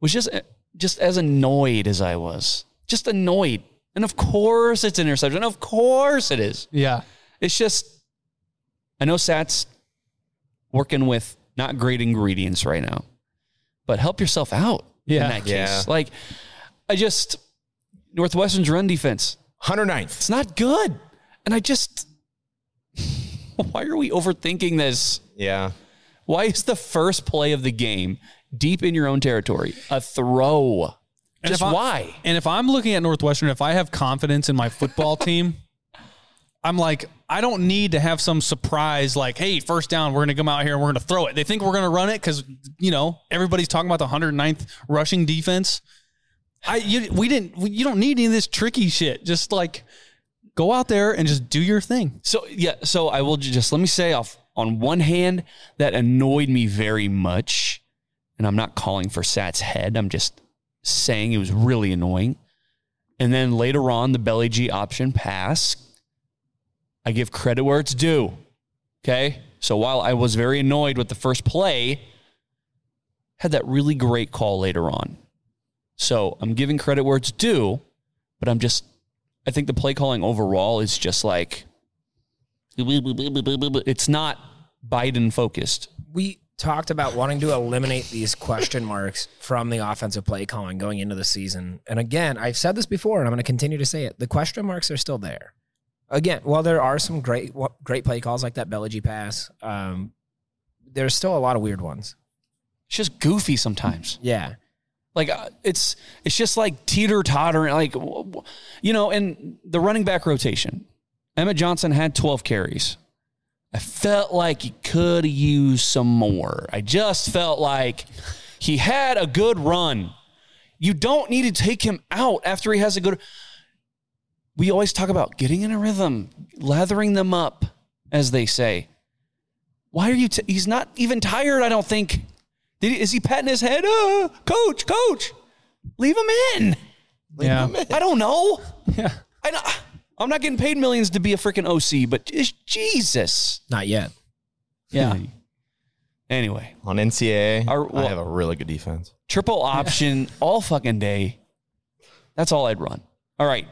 was just just as annoyed as I was? Just annoyed. And of course it's an interception. Of course it is.
Yeah.
It's just I know Sats working with not great ingredients right now, but help yourself out yeah. in that case. Yeah. Like I just Northwestern's run defense.
109th.
It's not good. And I just why are we overthinking this?
Yeah.
Why is the first play of the game deep in your own territory? A throw. And Just why?
And if I'm looking at Northwestern, if I have confidence in my football team, I'm like, I don't need to have some surprise like, hey, first down, we're going to come out here and we're going to throw it. They think we're going to run it because, you know, everybody's talking about the 109th rushing defense. I you, we didn't we, you don't need any of this tricky shit. Just like go out there and just do your thing.
So yeah, so I will just let me say off on one hand that annoyed me very much, and I'm not calling for Sat's head. I'm just saying it was really annoying. And then later on, the belly G option pass. I give credit where it's due. Okay. So while I was very annoyed with the first play, had that really great call later on. So I'm giving credit where it's due, but I'm just, I think the play calling overall is just like, it's not Biden focused.
We talked about wanting to eliminate these question marks from the offensive play calling going into the season. And again, I've said this before and I'm going to continue to say it. The question marks are still there. Again, while there are some great great play calls like that Belligy pass, um, there's still a lot of weird ones.
It's just goofy sometimes.
Yeah.
Like uh, it's it's just like teeter tottering like you know, and the running back rotation. Emmett Johnson had 12 carries. I felt like he could use some more. I just felt like he had a good run. You don't need to take him out after he has a good. We always talk about getting in a rhythm, lathering them up, as they say. Why are you? T- he's not even tired. I don't think. He, is he patting his head? Uh, coach, coach, leave him in.
Leave yeah. Him in.
I don't know.
Yeah.
I know. I'm not getting paid millions to be a freaking OC, but just Jesus.
Not yet.
Yeah. anyway,
on NCAA, our, well, I have a really good defense.
Triple option all fucking day. That's all I'd run. All right.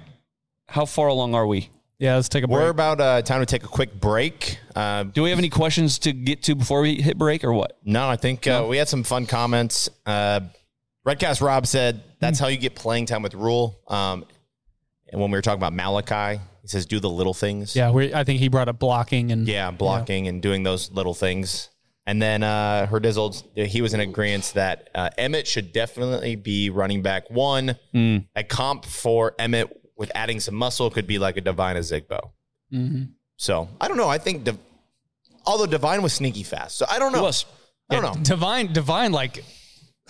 How far along are we?
Yeah, let's take a break.
We're about uh, time to take a quick break. Uh,
Do we have any questions to get to before we hit break or what?
No, I think no. Uh, we had some fun comments. Uh, Redcast Rob said
Hmm.
that's how you get playing time with Rule. Um, and when we were talking about Malachi, he says, "Do the little things."
Yeah, I think he brought up blocking and
yeah, blocking yeah. and doing those little things. And then uh, Herdizold, he was in agreement that uh, Emmett should definitely be running back one.
Mm.
A comp for Emmett with adding some muscle could be like a Divine a Zigbo.
Mm-hmm.
So I don't know. I think De- although Divine was sneaky fast, so I don't know.
Was,
I don't yeah, know.
Divine, Divine, like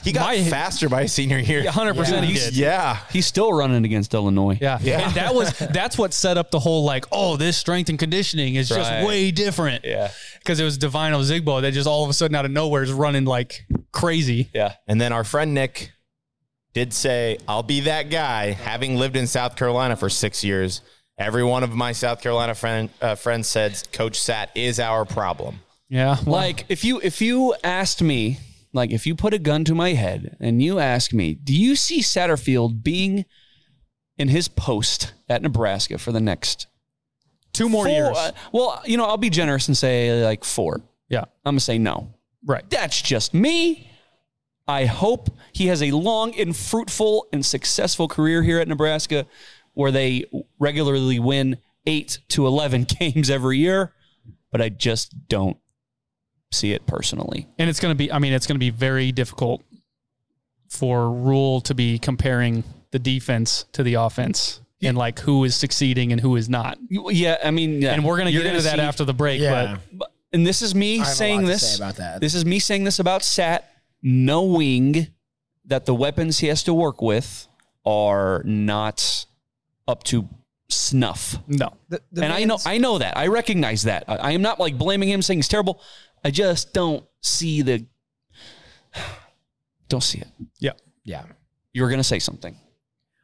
he got my, faster by senior year.
100% yeah. he did.
Yeah.
He's still running against Illinois.
Yeah.
yeah.
And that was that's what set up the whole like, oh, this strength and conditioning is right. just way different.
Yeah.
Cuz it was Divino Zigbo that just all of a sudden out of nowhere is running like crazy.
Yeah. And then our friend Nick did say, "I'll be that guy having lived in South Carolina for 6 years. Every one of my South Carolina friend uh, friends said coach Sat is our problem."
Yeah.
Well. Like if you if you asked me like if you put a gun to my head and you ask me, do you see Satterfield being in his post at Nebraska for the next
two more
four,
years?
Uh, well, you know, I'll be generous and say like four.
Yeah.
I'm going to say no.
Right.
That's just me. I hope he has a long and fruitful and successful career here at Nebraska where they regularly win 8 to 11 games every year, but I just don't see it personally.
And it's going to be, I mean, it's going to be very difficult for Rule to be comparing the defense to the offense and like who is succeeding and who is not.
Yeah, I mean, yeah.
And we're going to
You're
get into
gonna
that
see-
after the break,
Yeah.
but
and this is me
I have a
saying
lot to
this
say about that.
This is me saying this about Sat, knowing that the weapons he has to work with are not up to snuff.
No,
and I know I know that. I recognize that. I, I am not like blaming him, saying he's terrible. I just don't see the. Don't see it.
Yeah.
Yeah.
You were gonna say something.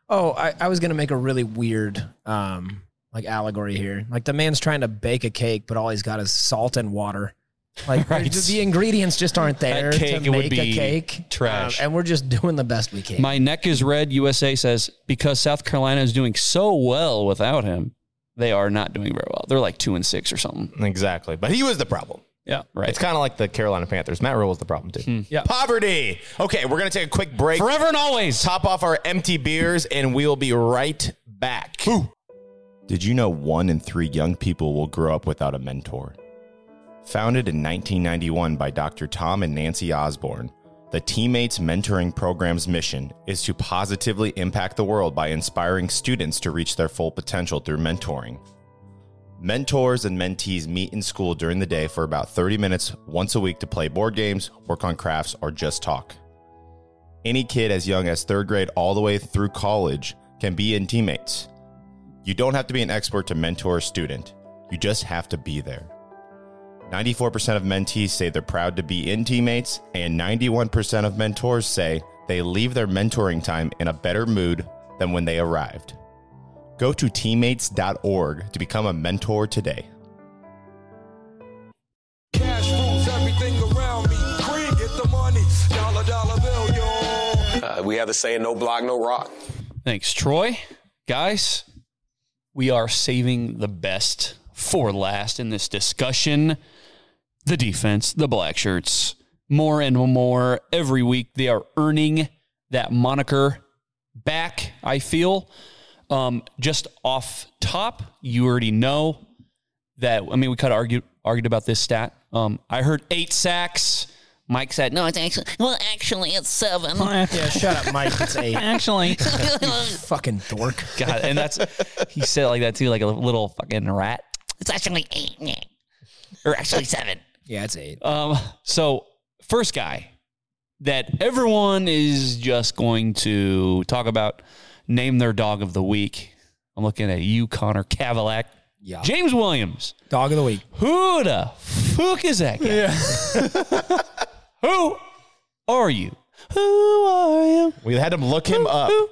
Oh, I, I was gonna make a really weird um like allegory here. Like the man's trying to bake a cake, but all he's got is salt and water. Like
Right.
the ingredients just aren't there
cake
to
would
make a
be
cake.
trash.
Um, and we're just doing the best we can.
My neck is red. USA says because South Carolina is doing so well without him, they are not doing very well. They're like two and six or something.
Exactly. But he was the problem.
Yeah.
Right.
It's kind of like the Carolina Panthers. Matt Rule was the problem, too.
Yeah.
Poverty. Okay, we're going to take a quick break.
Forever and always.
Top off our empty beers, and we'll be right back. Did you know one in three young people will grow up without a mentor? Founded in 1991 by Dr. Tom and Nancy Osborne, the Teammates Mentoring Program's mission is to positively impact the world by inspiring students to reach their full potential through mentoring. Mentors and mentees meet in school during the day for about 30 minutes once a week to play board games, work on crafts, or just talk. Any kid as young as third grade all the way through college can be in teammates. You don't have to be an expert to mentor a student, you just have to be there. 94% of mentees say they're proud to be in teammates, and 91% of mentors say they leave their mentoring time in a better mood than when they arrived. Go to teammates.org to become a mentor today.
Cash rules everything around me. Green, get the money. Dollar, dollar bill, yo.
Uh, we have a saying no block, no rock.
Thanks, Troy. Guys, we are saving the best for last in this discussion. The defense, the black shirts, more and more every week. They are earning that moniker back, I feel. Um, just off top, you already know that. I mean, we kind of argued, argued about this stat. Um, I heard eight sacks. Mike said, no, it's actually, well, actually, it's seven.
yeah, shut up, Mike. It's a
actually
fucking dork.
God, and that's he said it like that too, like a little fucking rat. It's actually eight, or actually seven.
Yeah, it's eight.
Um, so first guy that everyone is just going to talk about, name their dog of the week. I'm looking at you, Connor Cavillac.
Yeah.
James Williams,
Dog of the week.
who the fuck is that guy? who are you? Who are you?
We had him look him up.
Who,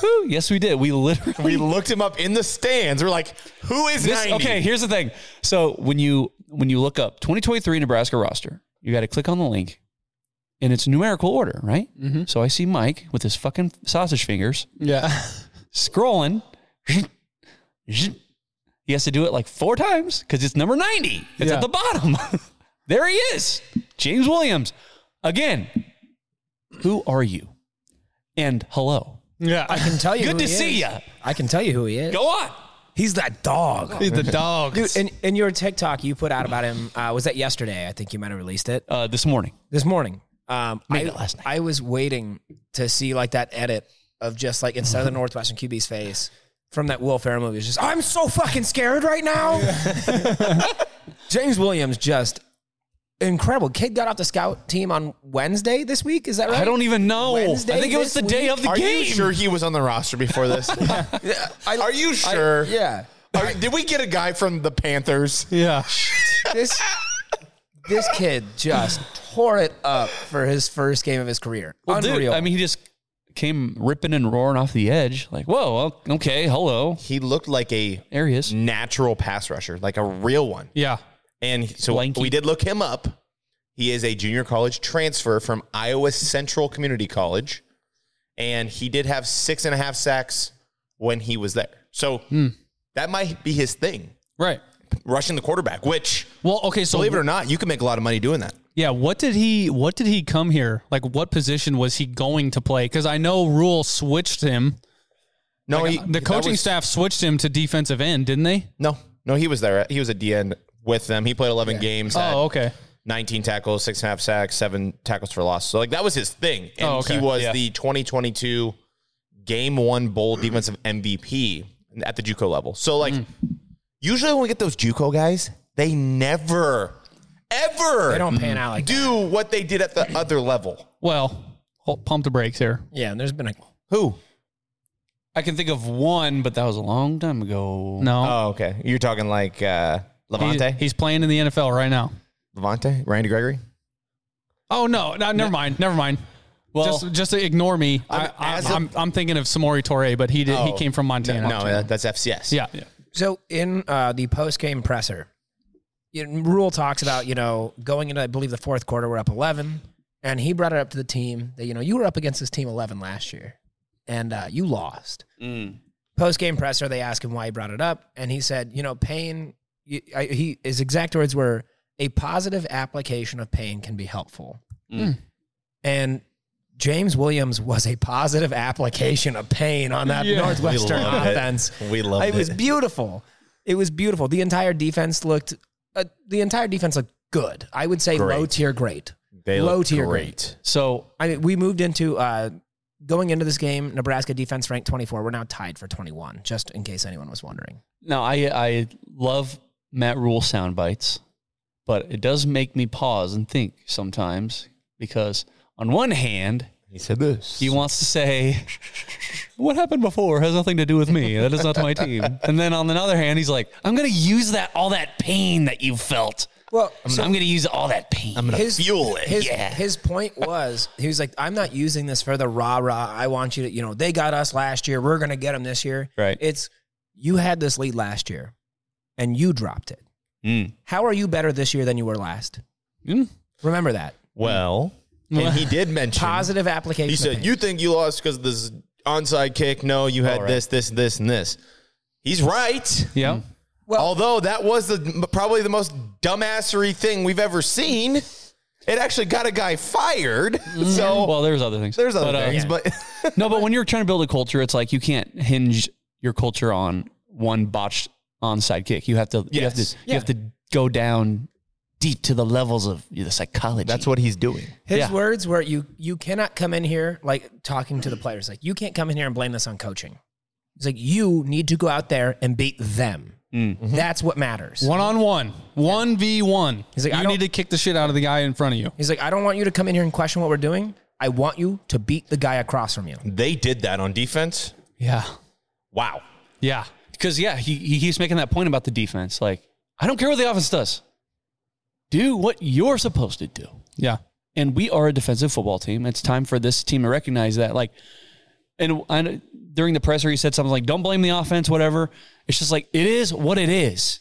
who? Yes, we did. We literally
We looked him up in the stands. We're like, who is
This-
this?
okay, here's the thing. So when you when you look up 2023 Nebraska roster, you got to click on the link, and it's numerical order, right? So I see Mike with his fucking sausage fingers
yeah.
scrolling. He has to do it like four times because it's number 90. It's
Yeah.
at the bottom. there he is, James Williams. Again, who are you? And hello,
Yeah.
I can tell you.
Good
who
to
he
see
is.
ya.
I can tell you who he is.
go on.
He's that dog.
He's the dog.
Dude, in, in your TikTok you put out about him, uh, was that yesterday? I think you might have released it.
Uh, this morning,
this morning. Um,
Maybe
I,
not last night.
I was waiting to see like that edit of just like instead of the Northwestern QB's face from that Will Ferrell movie. It's just I'm so fucking scared right now. James Williams just incredible. Kid got off the scout team on Wednesday this week. Is that right?
I don't even know.
Wednesday
I think it was the
this
day
week?
of the
Are
game.
you sure he was on the roster before this? Are you
I-
sure?
yeah.
Are- did we get a guy from the Panthers?
Yeah.
This this kid just tore it up for his first game of his career.
Well, dude,
Unreal.
I mean, he just came ripping and roaring off the edge. Like, whoa, o- okay, hello.
He looked like a
There he is.
natural pass rusher, like a real one.
Yeah.
And he- so
Lanky.
we did look him up. He is a junior college transfer from Iowa Central Community College. And he did have six and a half sacks when he was there. So
Hmm.
that might be his thing,
Right.
rushing the quarterback, which,
Well, okay. So
believe it or not, you can make a lot of money doing that.
Yeah, what did he what did he come here? Like what position was he going to play? Cuz I know Rule switched him.
No,
Like,
he-
the
that
coaching
was-
staff switched him to defensive end, didn't they?
No, no, he was there. He was a DN with them. He played 11 games. had
Oh, okay.
19 tackles, six and a half sacks, seven tackles for loss. So like that was his thing, and
Oh, okay.
he was
Yeah.
the 2022 Game One Bowl defensive MVP at the JUCO level. So like, usually when we get those JUCO guys, they never, ever
They don't
Mm-hmm.
pan out like
do what they did at the other level.
Well, hold, pump the brakes here.
Yeah, and there's been a
Who?
I can think of one, but that was a long time ago.
No.
Oh, okay. You're talking like uh, Levante,
He- he's playing in the NFL right now.
Levante, Randy Gregory.
Oh no, no never mind. Never mind.
Well-
just just ignore me. I,
I'm-
I,
as of-
I'm, I'm thinking of Samori Torre, but he did he
Oh.
came from Montana.
No, that- that's FCS.
Yeah. yeah.
So in uh, the post game presser, you know, Rule talks about you know going into I believe the fourth quarter we're up eleven, and he brought it up to the team that you know you were up against this team eleven last year, and uh, you lost.
Mm.
Post game presser, they asked him why he brought it up, and he said, you know, pain. you- I, he his exact words were a positive application of pain can be helpful,
Mm.
and. James Williams was a positive application of pain on that
Yeah. We
Northwestern
loved it.
offense.
We loved
It was
it.
beautiful. It was beautiful. The entire defense looked. Uh, the entire defense looked good. I would say
Great.
low tier great.
They
low
looked
tier
great.
great.
So
I mean, we moved into uh, going into this game. Nebraska defense ranked 24. We're now tied for 21. Just in case anyone was wondering.
now I I love Matt Rule sound bites, but it does make me pause and think sometimes because on one hand
He said this.
he wants to say what happened before has nothing to do with me. That is not my team. And then on the other hand, he's like, I'm gonna use that all that pain that you felt.
Well,
I'm, gonna use all that pain.
I'm gonna fuel it.
His,
yeah.
his point was, he was like, I'm not using this for the rah rah. I want you to, you know, they got us last year. We're going to get them this year.
Right.
It's, you had this lead last year and you dropped it.
Mm.
How are you better this year than you were last?
Mm.
Remember that.
well, and he did mention
Positive application.
He
of
said,
pain.
"You think you lost because this onside kick? No, you had
right.
this, this, this, and this." He's right.
Yeah.
Although that was the probably the most dumbassery thing we've ever seen. It actually got a guy fired. So
well, Oh, there's other things.
there's other
But, uh,
things, but
no, but when you're trying to build a culture, it's like you can't hinge your culture on one botched onside kick. You have to you have to
Yes.
you have to go down deep to the levels of the psychology.
that's what he's doing.
His
Yeah.
words were, "You you cannot come in here like talking to the players. Like you can't come in here and blame this on coaching. It's like you need to go out there and beat them. That's what matters."
One on one, one v one.
He's like, I
you
don't-
need to kick the shit out of the guy in front of you.
He's like, "I don't want you to come in here and question what we're doing. I want you to beat the guy across from you."
They did that on defense.
Yeah,
Wow.
yeah.
because yeah, he, he keeps making that point about the defense. Like, I don't care what the offense does. Do what you're supposed to do.
Yeah.
and we are a defensive football team. It's time for this team to recognize that. Like, and, and during the presser, he said something like, "Don't blame the offense, whatever." It's just like it is what it is.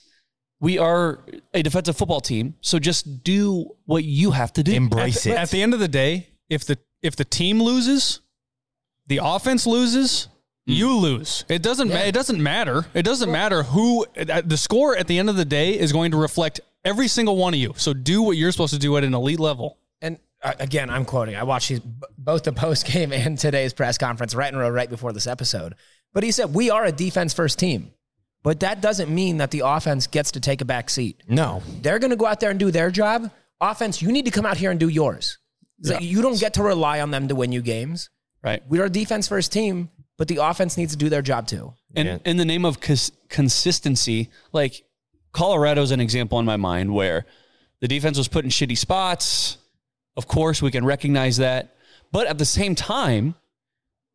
We are a defensive football team, so just do what you have to do.
Embrace it.
At the end of the day, if the if the team loses, the offense loses,
Mm.
you lose. It doesn't ma- it doesn't matter. It doesn't matter who uh, the score at the end of the day is going to reflect every single one of you. So do what you're supposed to do at an elite level.
And uh, again, I'm quoting. I watched these, b- both the post game and today's press conference right in a row, right before this episode. But he said, "We are a defense first team." But that doesn't mean that the offense gets to take a back seat.
No.
They're going to go out there and do their job. Offense, you need to come out here and do yours. It's like, you don't get to rely on them to win you games.
Right.
We are a defense first team, but the offense needs to do their job too.
And in the name of cons- consistency, like Colorado's an example in my mind where the defense was put in shitty spots. Of course, we can recognize that. But at the same time,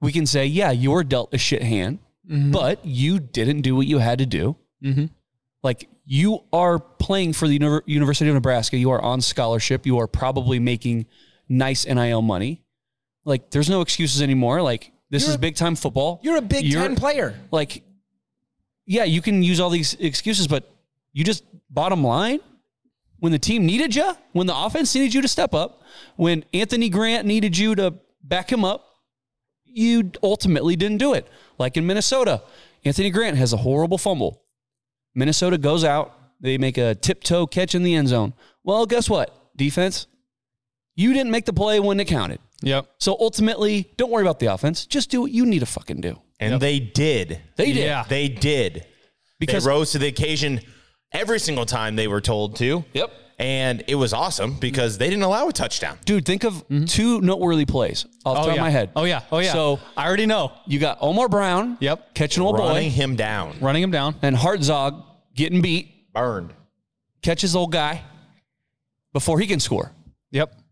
we can say, yeah, you were dealt a shit hand,
Mm-hmm.
but you didn't do what you had to do. Like, you are playing for the Uni- University of Nebraska. You are on scholarship. You are probably making nice NIL money. Like, there's no excuses anymore. Like, this is big time football.
You're a Big Ten player.
Like, yeah, you can use all these excuses, but you just bottom line when the team needed you, when the offense needed you to step up, when Anthony Grant needed you to back him up, you ultimately didn't do it. Like in Minnesota, Anthony Grant has a horrible fumble. Minnesota goes out, they make a tiptoe catch in the end zone. Well, guess what? Defense, You didn't make the play when it counted.
Yep.
So ultimately, don't worry about the offense. Just do what you need to fucking do.
And they did.
They did.
Yeah. They did. Because
Because-
they rose to the occasion every single time they were told to.
Yep.
And it was awesome because they didn't allow a touchdown.
Dude, think of two noteworthy plays off
Mm-hmm. Oh,
the top
yeah.
of my head.
Oh, yeah. Oh, yeah.
So
I already know.
you got Omar Brown.
Yep.
Catching old
running
Oh, boy.
him down.
Running him down.
And Hartzog getting beat.
Burned.
Catches old guy before he can score.
Yep.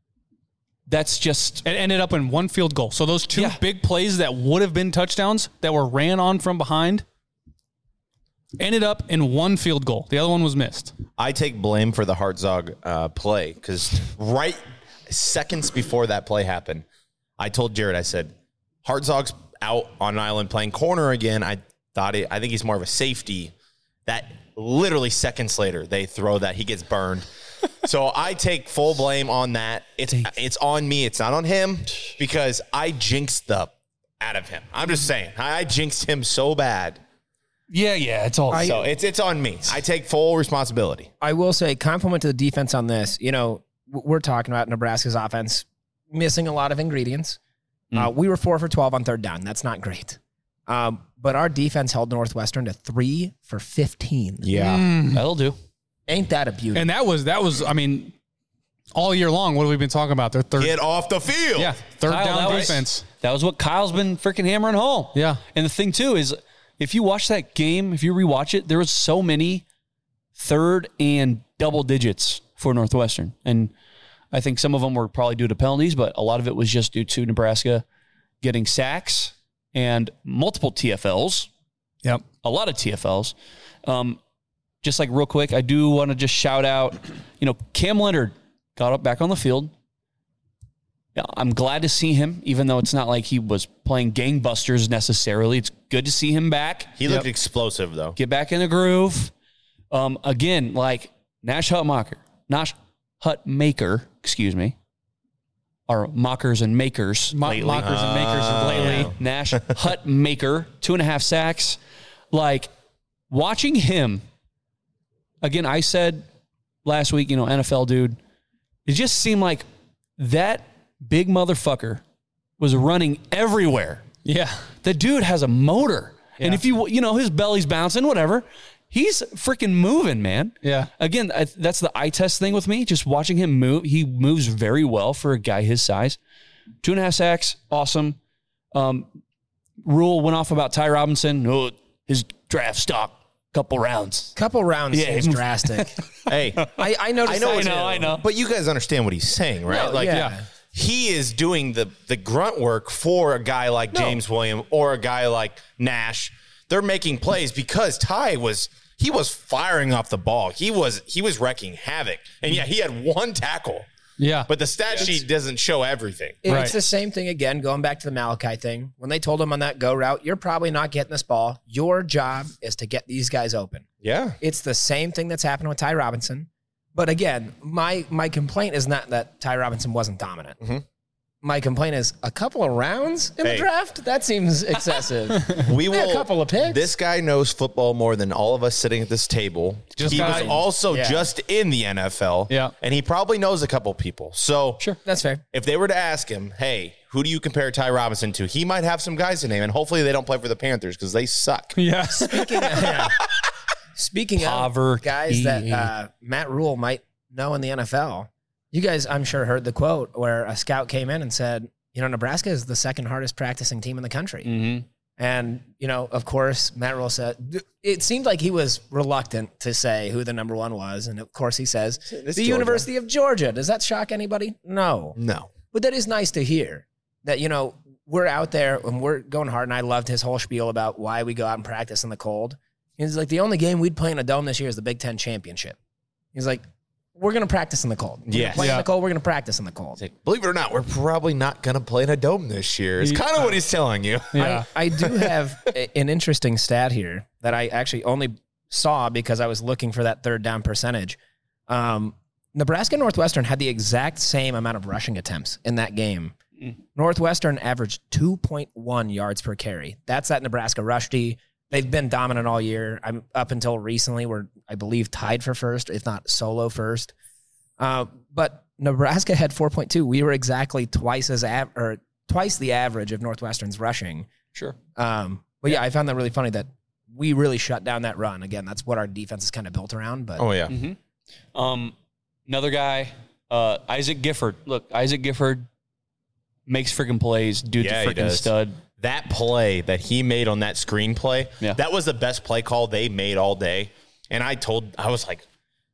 That's just
It ended up in one field goal. So those two
Yeah.
big plays that would have been touchdowns that were ran on from behind ended up in one field goal. The other one was missed.
I take blame for the Hartzog uh, play because right seconds before that play happened, I told Jared, I said, Hartzog's out on an island playing corner again. I thought it, I think he's more of a safety. That literally seconds later, they throw that. He gets burned. so I take full blame on that. It's it's on me. It's not on him because I jinxed the out of him. I'm just saying, I I jinxed him so bad.
Yeah, yeah, it's all
so it's it's on me. I take full responsibility.
I will say compliment to the defense on this. You know, w- we're talking about Nebraska's offense missing a lot of ingredients.
Hmm.
Uh, we were four for 12 on third down. That's not great. Um, but our defense held Northwestern to three for 15.
Yeah.
that'll do.
Ain't that a beauty?
And that was that was I mean all year long what have we been talking about? Their third
Get off the field.
Yeah, third
Kyle,
down
that was-
defense.
that was what Kyle's been freaking hammering home.
Yeah.
And the thing too is, if you watch that game, if you rewatch it, there was so many third and double digits for Northwestern, and I think some of them were probably due to penalties, but a lot of it was just due to Nebraska getting sacks and multiple TFLs,
Yep.
a lot of TFLs. Um, just like real quick, I do want to just shout out, you know, Cam Leonard got up back on the field. Yeah, I'm glad to see him, even though it's not like he was playing gangbusters necessarily. It's good to see him back,
He looked explosive though.
get back in the groove. Um, again, like Nash Hutmacher, Nash Hutmaker, excuse me, are mockers and makers.
Mo-
lately.
mockers and makers
Ah,
lately.
Nash Hut Maker, two and a half sacks. Like watching him again, I said last week, you know, NFL dude, it just seemed like that big motherfucker was running everywhere.
Yeah.
The dude has a motor. And if you, you know, his belly's bouncing, whatever, he's freaking moving, man.
Yeah.
Again, I, that's the eye test thing with me. Just watching him move, he moves very well for a guy his size. Two and a half sacks, awesome. Um, rule went off about Ty Robinson. Oh, his draft stock, couple rounds.
Couple rounds
Yeah,
seems
it-
drastic.
Hey,
I, I noticed
know,
that
I
too.
know,
I know.
But you guys understand what he's saying, right?
No,
like,
yeah. Yeah.
he is doing the the grunt work for a guy like James William or a guy like Nash. They're making plays because Ty was he was firing off the ball. He was he was wrecking havoc, and yeah, he had one tackle.
Yeah.
But the stat sheet doesn't show everything.
It-
Right.
It's the same thing again, going back to the Malachi thing. When they told him on that go route, you're probably not getting this ball. Your job is to get these guys open.
Yeah,
It's the same thing that's happened with Ty Robinson. But again, my my complaint is not that Ty Robinson wasn't dominant. My complaint is a couple of rounds in
Hey.
the draft. That seems excessive.
we
Yeah,
will
a couple of picks.
This guy knows football more than all of us sitting at this table.
Just
he
got-
was also
Yeah.
just in the NFL.
Yeah.
and he probably knows a couple people. So
sure, that's fair.
if they were to ask him, hey, who do you compare Ty Robinson to? He might have some guys to name, and hopefully they don't play for the Panthers because they suck.
Yeah.
Speaking of, speaking
Poverty.
of guys that uh, Matt Rule might know in the NFL, you guys, I'm sure, heard the quote where a scout came in and said, you know, Nebraska is the second hardest practicing team in the country.
Mm-hmm.
And, you know, of course, Matt Rule said, it seemed like he was reluctant to say who the number one was. And of course, he says, the
Georgia."
University of Georgia. Does that shock anybody? No.
No.
But that is nice to hear that, you know, we're out there and we're going hard. And I loved his whole spiel about why we go out and practice in the cold. He's like, the only game we'd play in a dome this year is the Big Ten Championship. He's like, we're going to practice in the cold. We're gonna
Yes.
Play in
Yeah.
the cold. We're going to practice in the cold.
Believe it or not, we're probably not going to play in a dome this year. It's
Yeah.
kind of what he's telling you.
yeah.
I, I do have a- an interesting stat here that I actually only saw because I was looking for that third down percentage. Um, Nebraska and Northwestern had the exact same amount of rushing attempts in that game. Northwestern averaged 2.1 yards per carry. That's that Nebraska rush D. They've been dominant all year. I'm up until recently, were I believe tied for first, if not solo first. Uh, but Nebraska had 4.2. We were exactly twice as av- or twice the average of Northwestern's rushing.
Sure.
Um, but yeah. I found that really funny that we really shut down that run. Again, that's what our defense is kind of built around. But
Oh, yeah.
Mm-hmm. Um, another guy, uh, Isaac Gifford. Look, Isaac Gifford makes freaking plays. Dude's
Yeah,
a
he
freaking
does.
stud.
That play that he made on that screenplay, that was the best play call they made all day. And I told, I was like,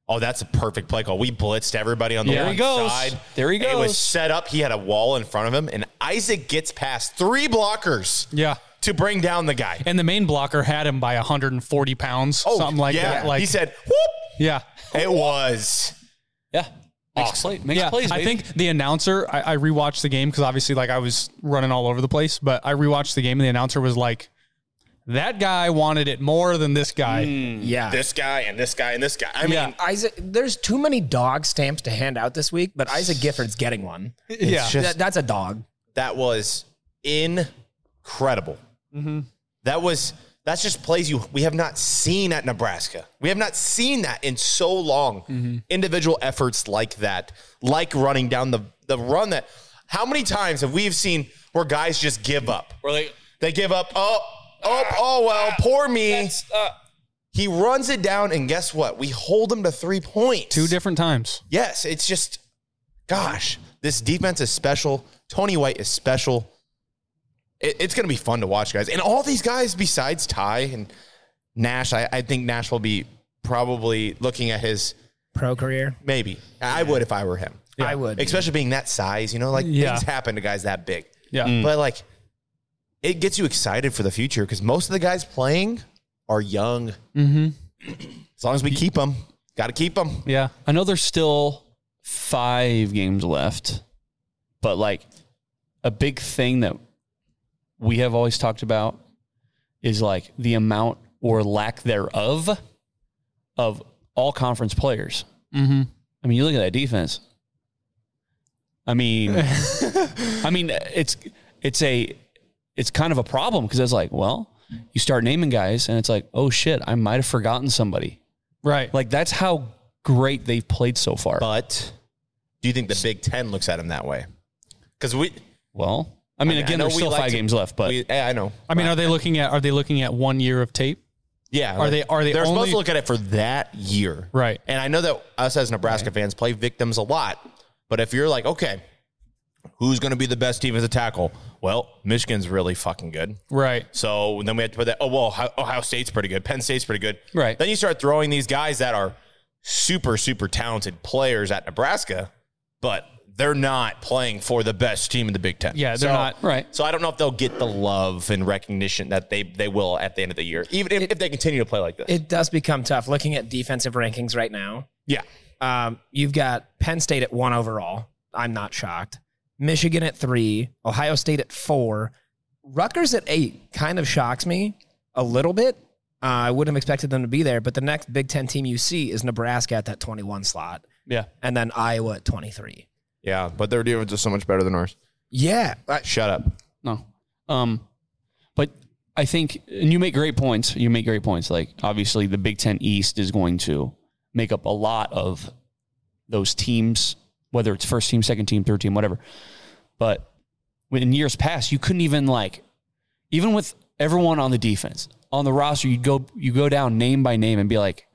oh, that's a perfect play call. We blitzed everybody on the
There
one
he goes.
side.
There he
It
goes.
was set up. He had a wall in front of him, and Isaac gets past three blockers
Yeah.
to bring down the guy.
And the main blocker had him by 140 pounds, something like
Oh, yeah.
that. Like
he said, whoop.
yeah.
It was.
Yeah. Makes play- makes
yeah,
plays,
I
baby.
think the announcer. I, I rewatched the game because obviously, like, I was running all over the place. But I rewatched the game, and the announcer was like, "That guy wanted it more than this guy."
yeah.
This guy and this guy and this guy. I mean,
Isaac, there's too many dog stamps to hand out this week, but Isaac Gifford's getting one.
Yeah. just-
That- that's a dog.
that was incredible. That was that's just plays you we have not seen at Nebraska. We have not seen that in so long. Individual efforts like that, like running down the the run that. How many times have we have seen where guys just give up?
Or like,
They give up. Oh, oh, oh well, poor me.
uh,
He runs it down, and guess what? We hold him to three points.
Two different times.
Yes, it's just, gosh, this defense is special. Tony White is special. It- it's going to be fun to watch, guys. And all these guys besides Ty and Nash, I, I think Nash will be probably looking at his
pro career.
Maybe I would if I were him.
I would.
especially being that size. You know, like
Yeah.
things happen to guys that big.
Yeah. Mm.
but like it gets you excited for the future because most of the guys playing are young.
Mm-hmm.
As long as we keep them, got to keep them.
Yeah.
I know there's still five games left, but like a big thing that we have always talked about is like the amount or lack thereof of all conference players.
Mm-hmm.
I mean, you look at that defense. I mean, I mean, it's it's a it's kind of a problem because it's like, well, you start naming guys, and it's like, oh shit, I might have forgotten somebody.
Right.
Like that's how great they've played so far.
But do you think the Big Ten looks at him that way? Because we,
well, I mean, again,
know
there's
we
still
like
five
to-
games left, but
we- yeah, I know.
I mean, are they looking at are they looking at one year of tape?
Yeah,
Are they- are they
They're supposed
only-
to look at it for that year,
Right.
And I know that us as Nebraska fans play victims a lot, but if you're like, okay, who's going to be the best team as a tackle? Well, Michigan's really fucking good.
Right.
So then we have to put that. Oh well, Ohio- Ohio State's pretty good. Penn State's pretty good.
Right.
Then you start throwing these guys that are super super talented players at Nebraska, but they're not playing for the best team in the Big Ten.
Yeah, they're
So-
not-
right.
So I don't know if they'll get the love and recognition that they they will at the end of the year, even if, if they continue to play like this.
It does become tough looking at defensive rankings right now.
yeah.
Um, you've got Penn State at one overall. I'm not shocked. Michigan at three, Ohio State at four, Rutgers at eight. Kind of shocks me a little bit. Uh, I wouldn't have expected them to be there, but the next Big Ten team you see is Nebraska at that 21 slot,
yeah,
and then Iowa at 23.
Yeah, but their defense is so much better than ours.
Yeah, I-
Shut up.
No. Um, but I think, and you make great points. You make great points. Like, obviously, the Big Ten East is going to make up a lot of those teams, whether it's first team, second team, third team, whatever. But when in years past, you couldn't even, like, even with everyone on the defense, on the roster, you'd go, you go down name by name and be like,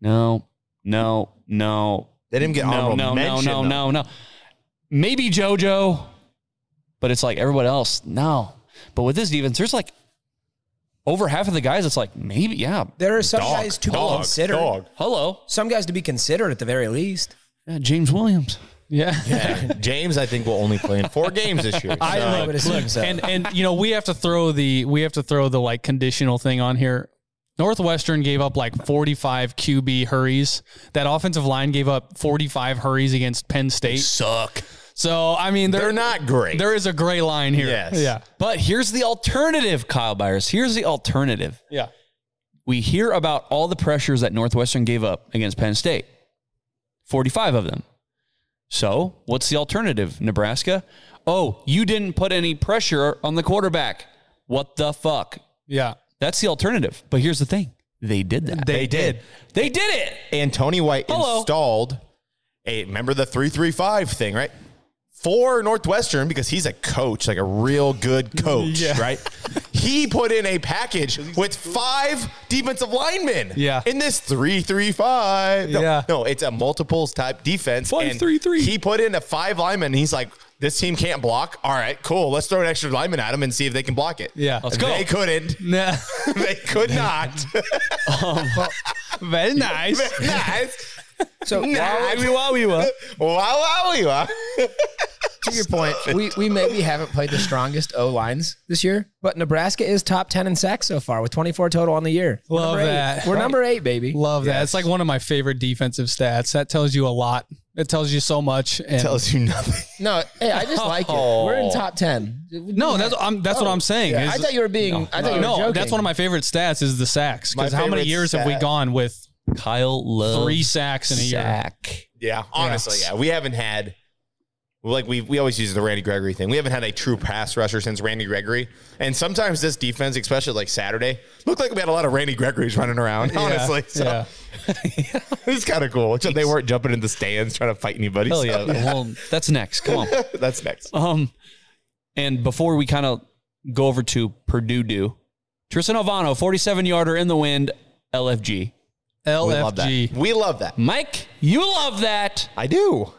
no, no, no.
They didn't get
no,
honorable
no, no,
mention,
no,
though.
no, no. Maybe JoJo, but it's like everybody else, no. But with this defense, there's like over half of the guys. It's like maybe, yeah.
there are some
Dog,
guys to be
dog,
considered.
dog.
Hello,
Some guys to be considered at the very least.
Yeah, James Williams.
Yeah.
Yeah. James, I think will only play in four games this year.
I
So-
look,
would assume
look,
so.
and and you know we have to throw the we have to throw the like conditional thing on here. Northwestern gave up like 45 QB hurries. That offensive line gave up 45 hurries against Penn State.
suck.
So I mean,
They're
there
not great.
there is a gray line here.
Yes.
Yeah.
But here's the alternative, Kyle Byers. Here's the alternative.
Yeah.
We hear about all the pressures that Northwestern gave up against Penn State 45 of them. So, what's the alternative, Nebraska? Oh, you didn't put any pressure on the quarterback. What the fuck?
Yeah.
That's the alternative. But here's the thing they did that.
They did.
They did it.
and Tony White
Hello.
installed a remember the 335 thing, right? For Northwestern, because he's a coach, like a real good coach,
Yeah.
right? He put in a package with five defensive linemen.
Yeah.
In this three-three-five. No,
Yeah.
No, it's a multiples type defense.
Five,
and
three, three.
He put in a five lineman. And he's like, this team can't block. All right, cool. Let's throw an extra lineman at him and see if they can block it.
Yeah. Let's go.
They couldn't.
Nah.
they could not.
Very nice.
nice.
So
Nice.
wowie
Wow, wowie, wow.
to your point, we, we maybe haven't played the strongest O lines this year, but Nebraska is top ten in sacks so far with 24 total on the year. We're
Love
number eight.
that.
We're number eight, baby.
Love that. It's like one of my favorite defensive stats. That tells you a lot. It tells you so much. And
tells you nothing.
No, hey, I just like it. We're in top ten.
Oh.
Oh.
No, that's I'm, that's what
Oh.
I'm saying.
Yeah,
is-
I thought you were being. I thought you were
no,
joking.
that's one of my favorite stats is the sacks. Because
My
how many
favorite
years have we
stat.
gone with
Kyle Love.
three sacks in a year?
sack.
Yeah, honestly, yeah. We haven't had like we we always use the Randy Gregory thing. We haven't had a true pass rusher since Randy Gregory. And sometimes this defense, especially like Saturday, looked like we had a lot of Randy Gregory's running around, honestly. So
yeah.
it's kind of cool. Except they weren't jumping in the stands trying to fight anybody.
Hell
so-
yeah. Well, that's next. Come on.
That's next.
Um, and before we kind of go over to Purdue, do Tristan Alvano, 47 yarder in the wind, LFG.
LFG.
We love that. We love that.
Mike, you love that.
I do.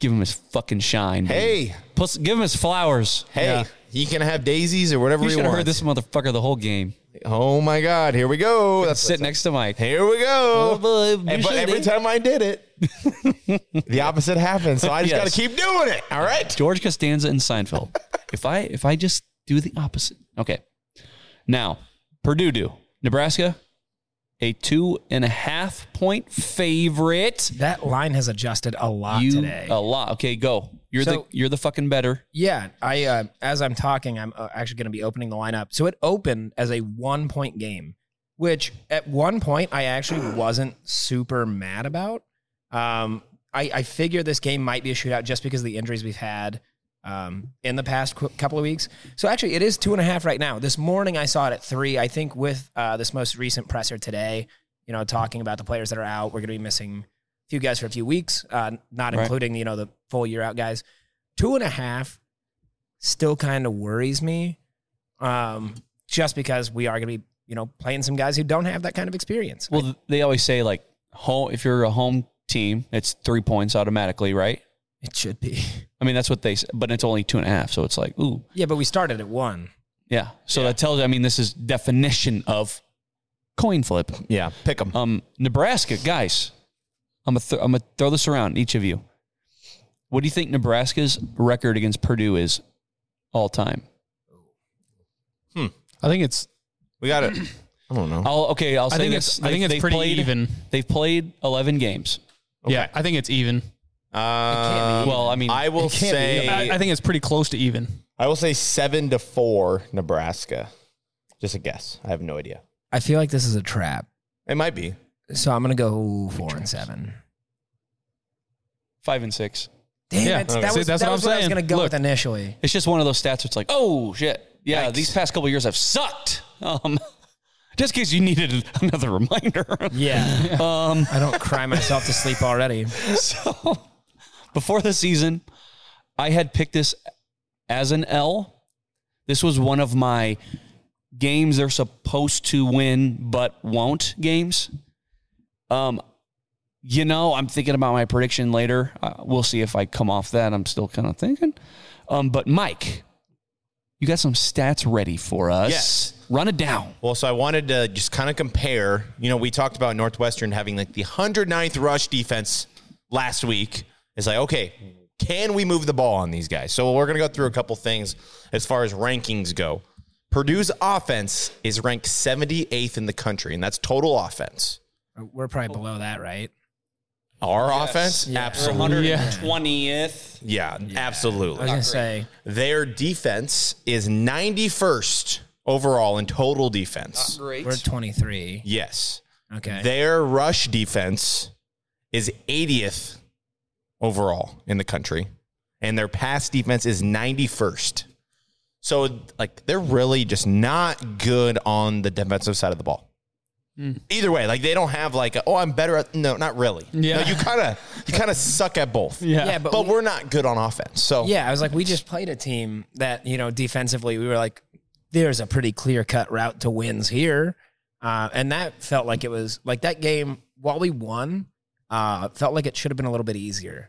Give him his fucking shine. baby.
Hey.
Plus, give him his flowers.
Hey, he can have daisies or whatever
You
he
should have
wants.
heard this motherfucker the whole game.
Oh my God! Here we go. That's
Sit next to Mike.
Here we go.
Oh, boy,
And-
you
but
should,
every
eh?
time I did it, the opposite happened. So I just
Yes.
got to keep doing it. All right.
George Costanza and Seinfeld. if I if I just do the opposite. Okay. Now, Purdue do. Nebraska, a two and a half point favorite.
That line has adjusted a lot
you
today.
Oh,
a lot. Okay, go. You're the
So-
you're the fucking better.
Yeah, I uh, as I'm talking, I'm uh, actually going to be opening the lineup. So it opened as a one point game, which at one point I actually wasn't super mad about. Um, I, I figure this game might be a shootout just because of the injuries we've had um, in the past qu- couple of weeks. So actually, it is two and a half right now. This morning I saw it at three. I think with uh, this most recent presser today, you know, talking about the players that are out, we're going to be missing a few guys for a few weeks, uh, not
Right.
including you know the full year out guys. Two and a half still kind of worries me um, just because we are going to be, you know, playing some guys who don't have that kind of experience.
Well, th- they always say like home if you're a home team, it's three points automatically, right?
It should be.
I mean that's what they s- but it's only two and a half, so it's like, ooh.
Yeah, but we started at one.
Yeah. So that tells I mean this is definition of coin flip.
Yeah. Pick them.
Um, Nebraska, guys, I'm gonna th- I'm gonna throw this around each of you. What do you think Nebraska's record against Purdue is all time?
I think it's
We got it. I don't know.
I'll, okay, I'll say
I think
this.
it's I
They've-
think it's
they've
pretty
played,
even.
They've played 11 games.
Yeah, I think it's even.
Um,
Well, I mean,
I will say
I, I think it's pretty close to even.
I will say seven to four Nebraska. Just a guess. I have no idea.
I feel like this is a trap.
It might be.
So I'm going to go four and seven.
five and six.
Damn
Yeah,
it. That
okay.
was,
See, that's
that
what
was
I'm
I was
saying.
going to go
Look.
with initially.
It's just one of those stats. Where it's like, oh shit, yeah. These past couple years have sucked. Um, just in case you needed another reminder.
Yeah.
um,
I don't cry myself to sleep already.
so before the season, I had picked this as an L. This was one of my games they're supposed to win but won't games. Um, you know, I'm thinking about my prediction later. Uh, we'll see if I come off that. I'm still kind of thinking. Um, but Mike, you got some stats ready for us.
Yes.
Run it down.
Well, so I wanted to just kind of compare. You know, we talked about Northwestern having like the 109th rush defense last week. It's like, okay, can we move the ball on these guys? So we're going to go through a couple things as far as rankings go. Purdue's offense is ranked 78th in the country, and that's total offense.
We're probably below that, right?
Our offense? Absolutely.
120th.
Yeah,
I was
absolutely.
going to say,
Their defense is 91st overall in total defense.
Great.
we're 23.
Yes.
Okay.
Their rush defense is 80th overall in the country, and their pass defense is 91st. So, like, they're really just not good on the defensive side of the ball.
Hmm.
Either way, like they don't have like, a, oh, I'm better at no, not really.
Yeah.
No, you kind of you kind of suck at both.
Yeah. Yeah, but
but, we, are not good on offense. So
Yeah, I was like, we just played a team that you know defensively, we were like, there's a pretty clear cut route to wins here, uh, and that felt like it was like that game. While we won, uh, felt like it should have been a little bit easier.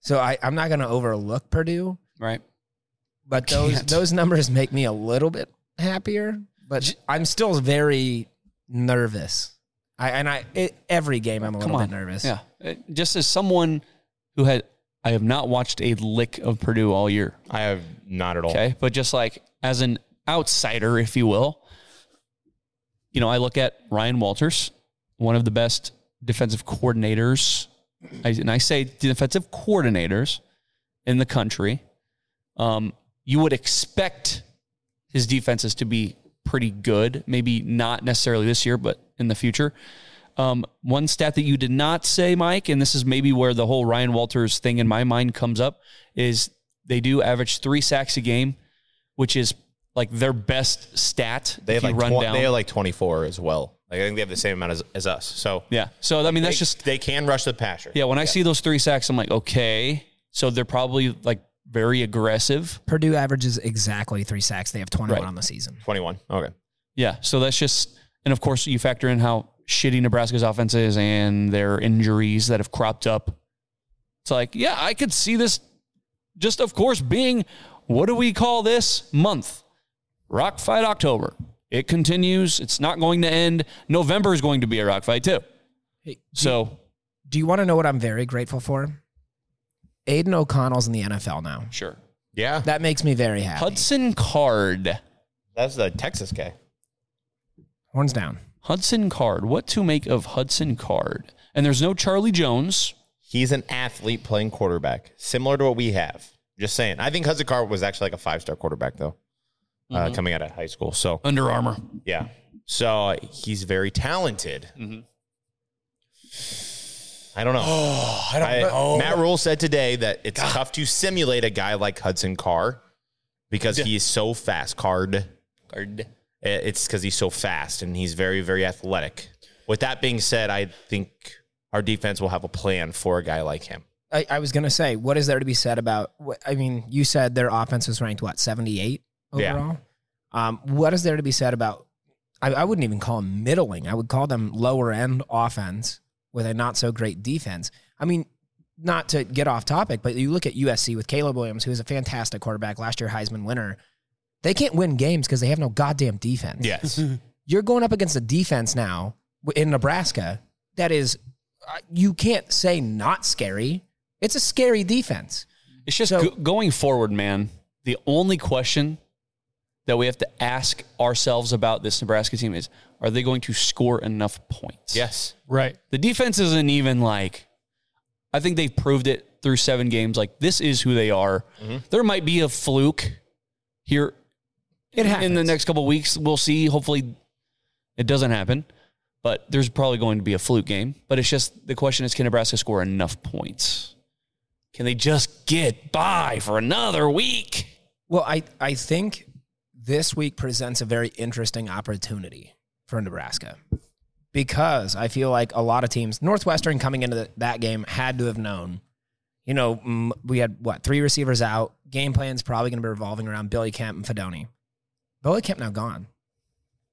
So I, I'm not going to overlook Purdue,
right?
But those those numbers make me a little bit happier, but I'm still very nervous. I and I it, every game I'm a little bit nervous.
Yeah. It- just as someone who had, I have not watched a lick of Purdue all year.
I have not at all.
Okay. But just like as an outsider, if you will, you know, I look at Ryan Walters, one of the best defensive coordinators, I- and I say defensive coordinators in the country. Um, you would expect his defenses to be pretty good, maybe not necessarily this year, but in the future. Um, one stat that you did not say, Mike, and this is maybe where the whole Ryan Walters thing in my mind comes up, is they do average three sacks a game, which is like their best stat.
They
if
have
you
like
run
twen-
down.
they have like 24 as well. Like I think they have the same amount as, as us. So
yeah. So I mean, that's
they,
just
they can rush the passer.
yeah. When I see those three sacks, I'm like, okay, so they're probably like very aggressive.
Purdue averages exactly three sacks. They have 21
Right.
on the season.
21. Okay.
Yeah. So that's just, and of course, you factor in how shitty Nebraska's offense is and their injuries that have cropped up. It's like, yeah, I could see this just, of course, being what do we call this month? Rock Fight October. It continues. It's not going to end. November is going to be a rock fight, too. so,
Do you want to know what I'm very grateful for? Aiden O'Connell's in the NFL now.
Sure.
Yeah.
That makes me very happy.
Hudson Card.
That's the Texas guy.
Horns down.
Hudson Card. What to make of Hudson Card? And there's no Charlie Jones.
He's an athlete playing quarterback, similar to what we have. Just saying. I think Hazakar was actually like a five star quarterback though, uh,
Mhm.
coming out of high school. So
Under Armour.
Yeah. So he's very talented. I don't know.
Oh, I don't know.
Matt Rule said today that it's tough to simulate a guy like Hudson Carr because he is so fast. Card. Card. It's because he's so fast and he's very, very athletic. With that being said, I think our defense will have a plan for a guy like him.
I, I was going to say, what is there to be said about, what, I mean, you said their offense was ranked, what, 78
Yeah.
overall? Um, what is there to be said about, I, I wouldn't even call them middling. I would call them lower end offense with a not so great defense. I mean, not to get off topic, but you look at USC with Caleb Williams, who is a fantastic quarterback, last year Heisman winner. They can't win games because they have no goddamn defense.
Yes.
You're going up against a defense now w- in Nebraska that is, uh, you can't say not scary. It's a scary defense.
It's just go- going forward, man. The only question that we have to ask ourselves about this Nebraska team is are they going to score enough points?
Yes.
Right.
The defense isn't even like, I think they've proved it through seven games. Like, this is who they are. There might be a fluke here
it
in the next couple weeks. We'll see. Hopefully, it doesn't happen. But there's probably going to be a fluke game. But it's just the question is can Nebraska score enough points? Can they just get by for another week?
Well, I, I think this week presents a very interesting opportunity for Nebraska because I feel like a lot of teams, Northwestern coming into the, that game had to have known, you know, mm, we had what, three receivers out. Game plan's probably going to be revolving around Billy Kemp and Fedoni. Billy Kemp now gone.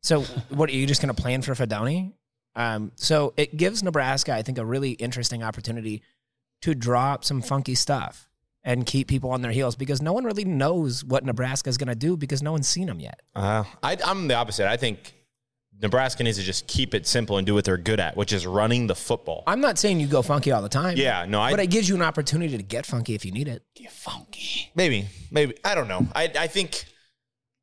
So, what are you just going to plan for Fedoni? Um, so, it gives Nebraska, I think, a really interesting opportunity to draw up some funky stuff and keep people on their heels because no one really knows what Nebraska is going to do because no one's seen them yet.
Uh, I, I'm the opposite. I think Nebraska needs to just keep it simple and do what they're good at, which is running the football.
I'm not saying you go funky all the time.
Yeah, no, I-
but it gives you an opportunity to get funky if you need it. Get funky.
Maybe, maybe I don't know. I I think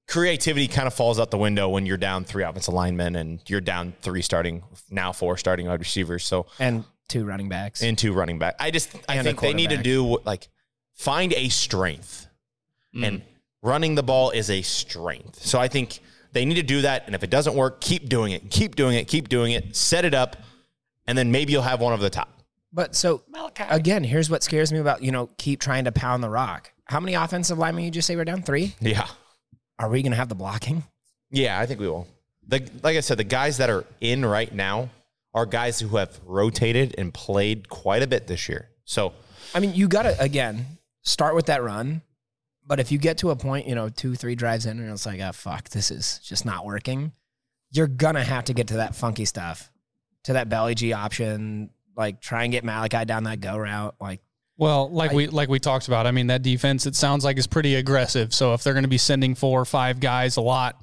creativity kind of falls out the window when you're down three offensive linemen and you're down three starting now four starting wide receivers. So
And two running backs.
and two running back. I just I
And a
think they need to
quarterback. Mm.
do what- like find a strength, and running the ball is a strength. So I think they need to do that. And if it doesn't work, keep doing it, keep doing it, keep doing it. Set it up, and then maybe you'll have one over the top.
But so again, here's what scares me about, you know, keep trying to pound the rock. How many offensive linemen you just say we're down? Three?
Yeah,
Are we going to have the blocking?
yeah. I think we will. the like I said, the guys that are in right now are guys who have rotated and played quite a bit this year. So
I mean, you got to again start with that run, but if you get to a point, you know, two, three drives in, and it's like, oh fuck, this is just not working. You're gonna have to get to that funky stuff, to that belly G option, like try and get Malachi down that go route, like.
Well, like we like we talked about, I mean that defense. It sounds like is pretty aggressive. So if they're going to be sending four or five guys a lot,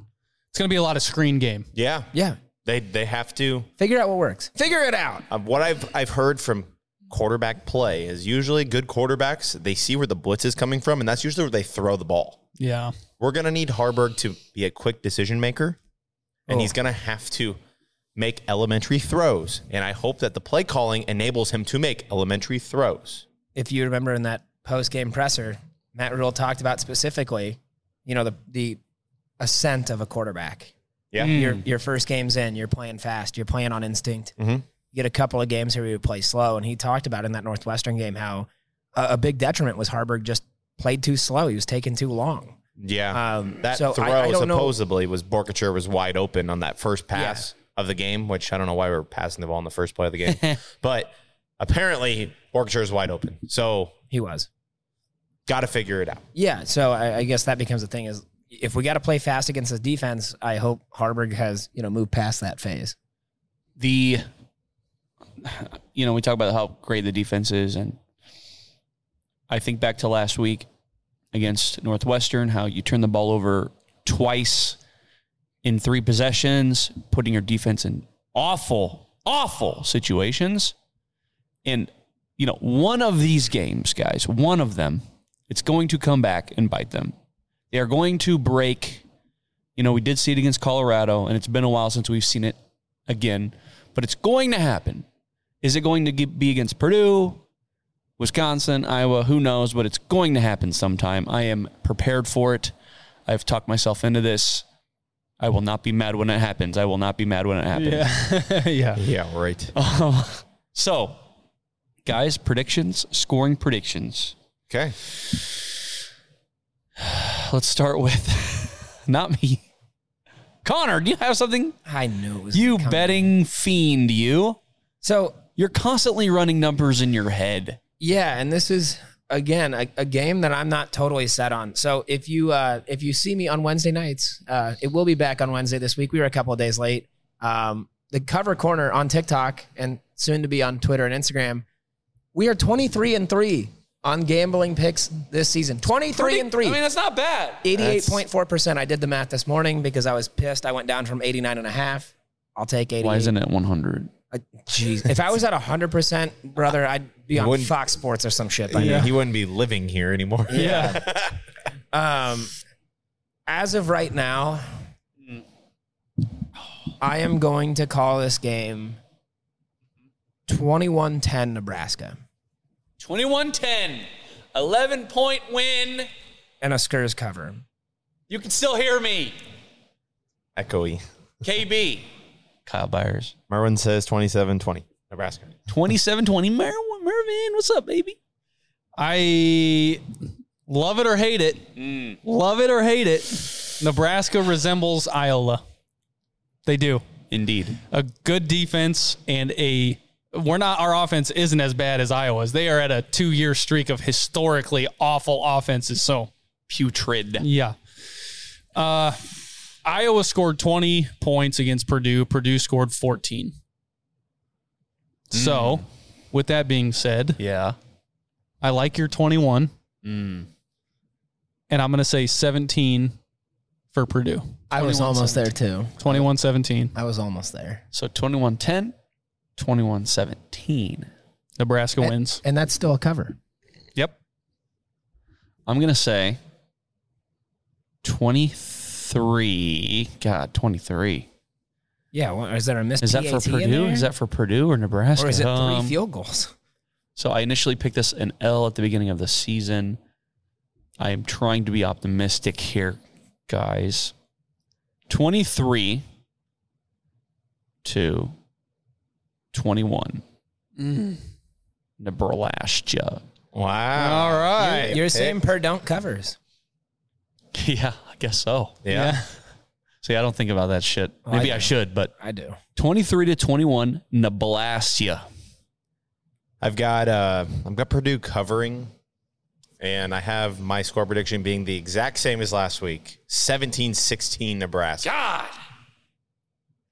it's going to be a lot of screen game.
yeah,
yeah,
they they have to
Figure out what works. Figure it out.
Um, what I've I've heard from quarterback play is usually good quarterbacks. They see where the blitz is coming from, and that's usually where they throw the ball.
Yeah.
We're gonna need Harburg to be a quick decision maker, and he's gonna have to make elementary throws. And I hope that the play calling enables him to make elementary throws.
if you remember in that post game presser, Matt Rule talked about specifically, you know, the the ascent of a quarterback.
Yeah.
Your
Mm.
your first game's in, you're playing fast, you're playing on instinct.
Mhm.
You get a couple of games here where you play slow. And he talked about in that Northwestern game how a, a big detriment was Harburg just played too slow. He was taking too long.
Yeah,
Um,
that
so I-
throw
I don't know-
supposedly was Borkature was wide open on that first pass of the game, which I don't know why we were passing the ball in the first play of the game, but apparently Borkature is wide open, so
he was.
Got to figure it out.
Yeah, so I, I guess that becomes the thing is if we got to play fast against this defense, I hope Harburg has you know moved past that phase.
The you know, we talk about how great the defense is, and I think back to last week against Northwestern, how you turned the ball over twice in three possessions, putting your defense in awful, awful situations. And, you know, one of these games, guys, one of them, it's going to come back and bite them. They are going to break. You know, we did see it against Colorado, and it's been a while since we've seen it again, but it's going to happen. Is it going to ge- be against Purdue, Wisconsin, Iowa? Who knows? But it's going to happen sometime. I am prepared for it. I've talked myself into this. I will not be mad when it happens. I will not be mad when it happens.
Yeah. yeah.
Yeah, right.
Um, so, guys, predictions, scoring predictions.
Okay.
Let's start with not me. Connor, do you have something?
I knew it was
you
coming.
betting fiend. You
so
you're constantly running numbers in your head.
Yeah, and this is again a, a game that I'm not totally set on. So if you uh, if you see me on Wednesday nights, uh, it will be back on Wednesday this week. We were a couple of days late. Um, the cover corner on TikTok and soon to be on Twitter and Instagram. We are 23 and three on gambling picks this season. 23 and three.
I mean, that's not bad.
88.4%. I did the math this morning because I was pissed. I went down from 89 and a half. I'll take 88.
Why isn't it 100?
Jeez. If I was at 100%, brother, I'd be on
Wouldn't-
Fox Sports or some shit by now.
He wouldn't be living here anymore.
Yeah. um, as of right now, I am going to call this game 21-10 Nebraska
21-10, 11 point win.
and a Skurs cover.
You can still hear me,
Echoey.
KB. Kyle Byers.
Merwin says 27 20. Nebraska.
27-20, Mer- Mervin. What's up, baby?
I love it or hate it.
Mm.
Love it or hate it. Nebraska resembles Iowa. They do.
Indeed.
A good defense and a we're not our offense isn't as bad as Iowa's. They are at a two year streak of historically awful offenses. So
Putrid.
yeah. Uh Iowa scored 20 points against Purdue. Purdue scored 14. So, with that being said,
Mm. yeah.
I like your 21
Mm.
and I'm going to say 17 for Purdue.
I was almost there too.
21 17.
I was almost there.
So 21-10, 21-17.
Nebraska wins.
And that's still a cover.
Yep. I'm going to say 23. God, 23.
Yeah, well, is there a missed
Is that for
PAT in
Purdue?
there?
Is that for Purdue or Nebraska?
or is it three
Um,
field goals?
So I initially picked this an L at the beginning of the season. I am trying to be optimistic here, guys. 23 to 21.
Mm.
Nebraska.
Wow. All
You're, you're saying per don't covers.
Yeah, I guess so.
Yeah.
See, I don't think about that shit.
Oh, I
Maybe I,
do.
should, but
I do.
23 to 21, Nebraska.
I've got uh, I've got Purdue covering, and I have my score prediction being the exact same as last week 17-16 Nebraska.
God,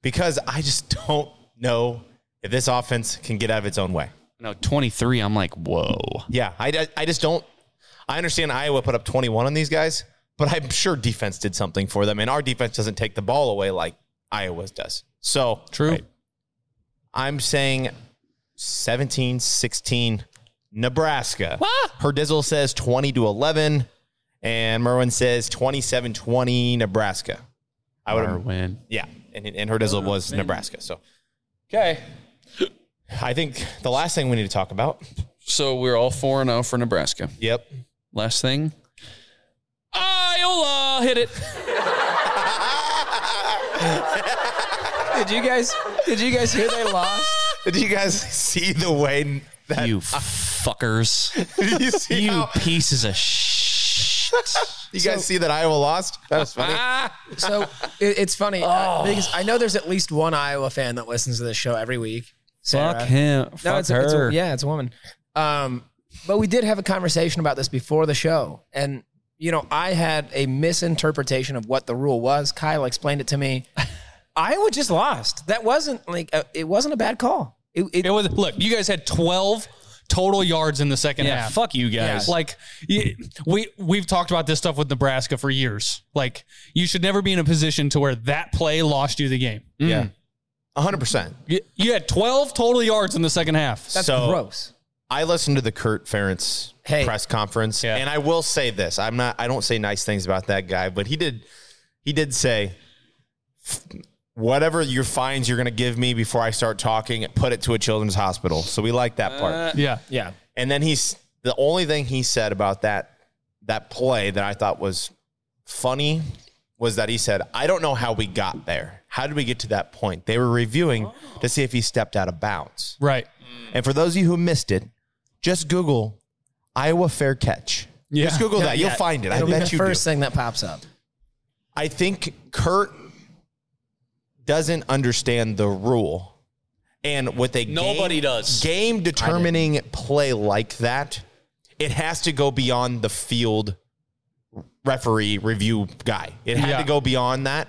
because I just don't know if this offense can get out of its own way.
No, 23. I'm like, whoa.
Yeah, I, I just don't. I understand Iowa put up 21 on these guys, but I'm sure defense did something for them, and our defense doesn't take the ball away like Iowa's does. So
true.
I'm saying 17 16 Nebraska. Herdizzle says 20 to 11, and Merwin says 27 20 Nebraska. I would have
Merwin.
Yeah, and, and Herdizzle
Oh,
was Nebraska. So
Okay.
I think the last thing we need to talk about.
So we're all 4 0 for Nebraska.
Yep.
Last thing.
Iowa, hit it.
Did you guys? Did you guys hear they lost?
Did you guys see the way that
you fuckers?
Did you see
you
how-
pieces of shit.
you guys see that Iowa lost? That was funny.
Mm. Ah!
so it, it's funny
Oh.
uh, because I know there's at least one Iowa fan that listens to this show every week. Sarah.
Fuck him.
No,
Fuck
it's, a- it's a-
her.
yeah, it's a woman. Um, but we did have a conversation about this before the show, and you know, I had a misinterpretation of what the rule was. Kyle explained it to me. Iowa just lost. That wasn't like a, it wasn't a bad call. It, it,
was look. You guys had twelve total yards in the second
Yeah,
half.
fuck you guys.
Yeah. Like y- we we've talked about this stuff with Nebraska for years. Like you should never be in a position to where that play lost you the game.
Yeah. 100%.
You, you had twelve total yards in the second half.
So, I listened to the Kurt Ferentz
Hey.
press conference, and I will say this: I'm not, I don't say nice things about that guy, but he did, he did say, whatever your fines you're going to give me before I start talking, put it to a children's hospital. So we like that part.
Uh, yeah.
Yeah.
And then he's the only thing he said about that that play that I thought was funny was that he said, "I don't know how we got there. How did we get to that point? They were reviewing
Oh.
to see if he stepped out of bounds."
Right.
And for those of you who missed it, just Google Iowa fair catch. Just Google that. You'll find it. I
It'll be
bet
the
you
first
do.
thing that pops up.
I think Kurt doesn't understand the rule. And with a
Nobody
game,
does.
game determining play like that, it has to go beyond the field referee review guy. It had
Yeah.
to go beyond that.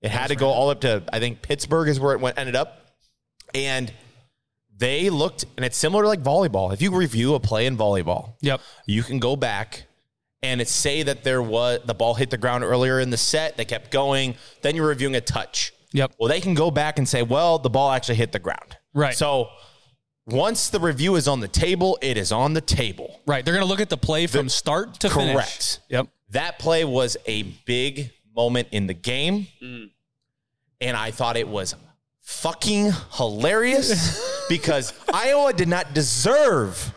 It had to go all up to I think Pittsburgh is where it went ended up. And they looked and it's similar to like volleyball. If you review a play in volleyball,
yep.
You can go back and it's say that there was the ball hit the ground earlier in the set, they kept going, then you're reviewing a touch.
Yep.
Well, they can go back and say, well, the ball actually hit the ground.
Right.
So once the review is on the table, it is on the table.
Right. They're gonna look at the play from start to finish.
Correct.
Yep.
That play was a big moment in the game. And I thought it was fucking hilarious because Iowa did not deserve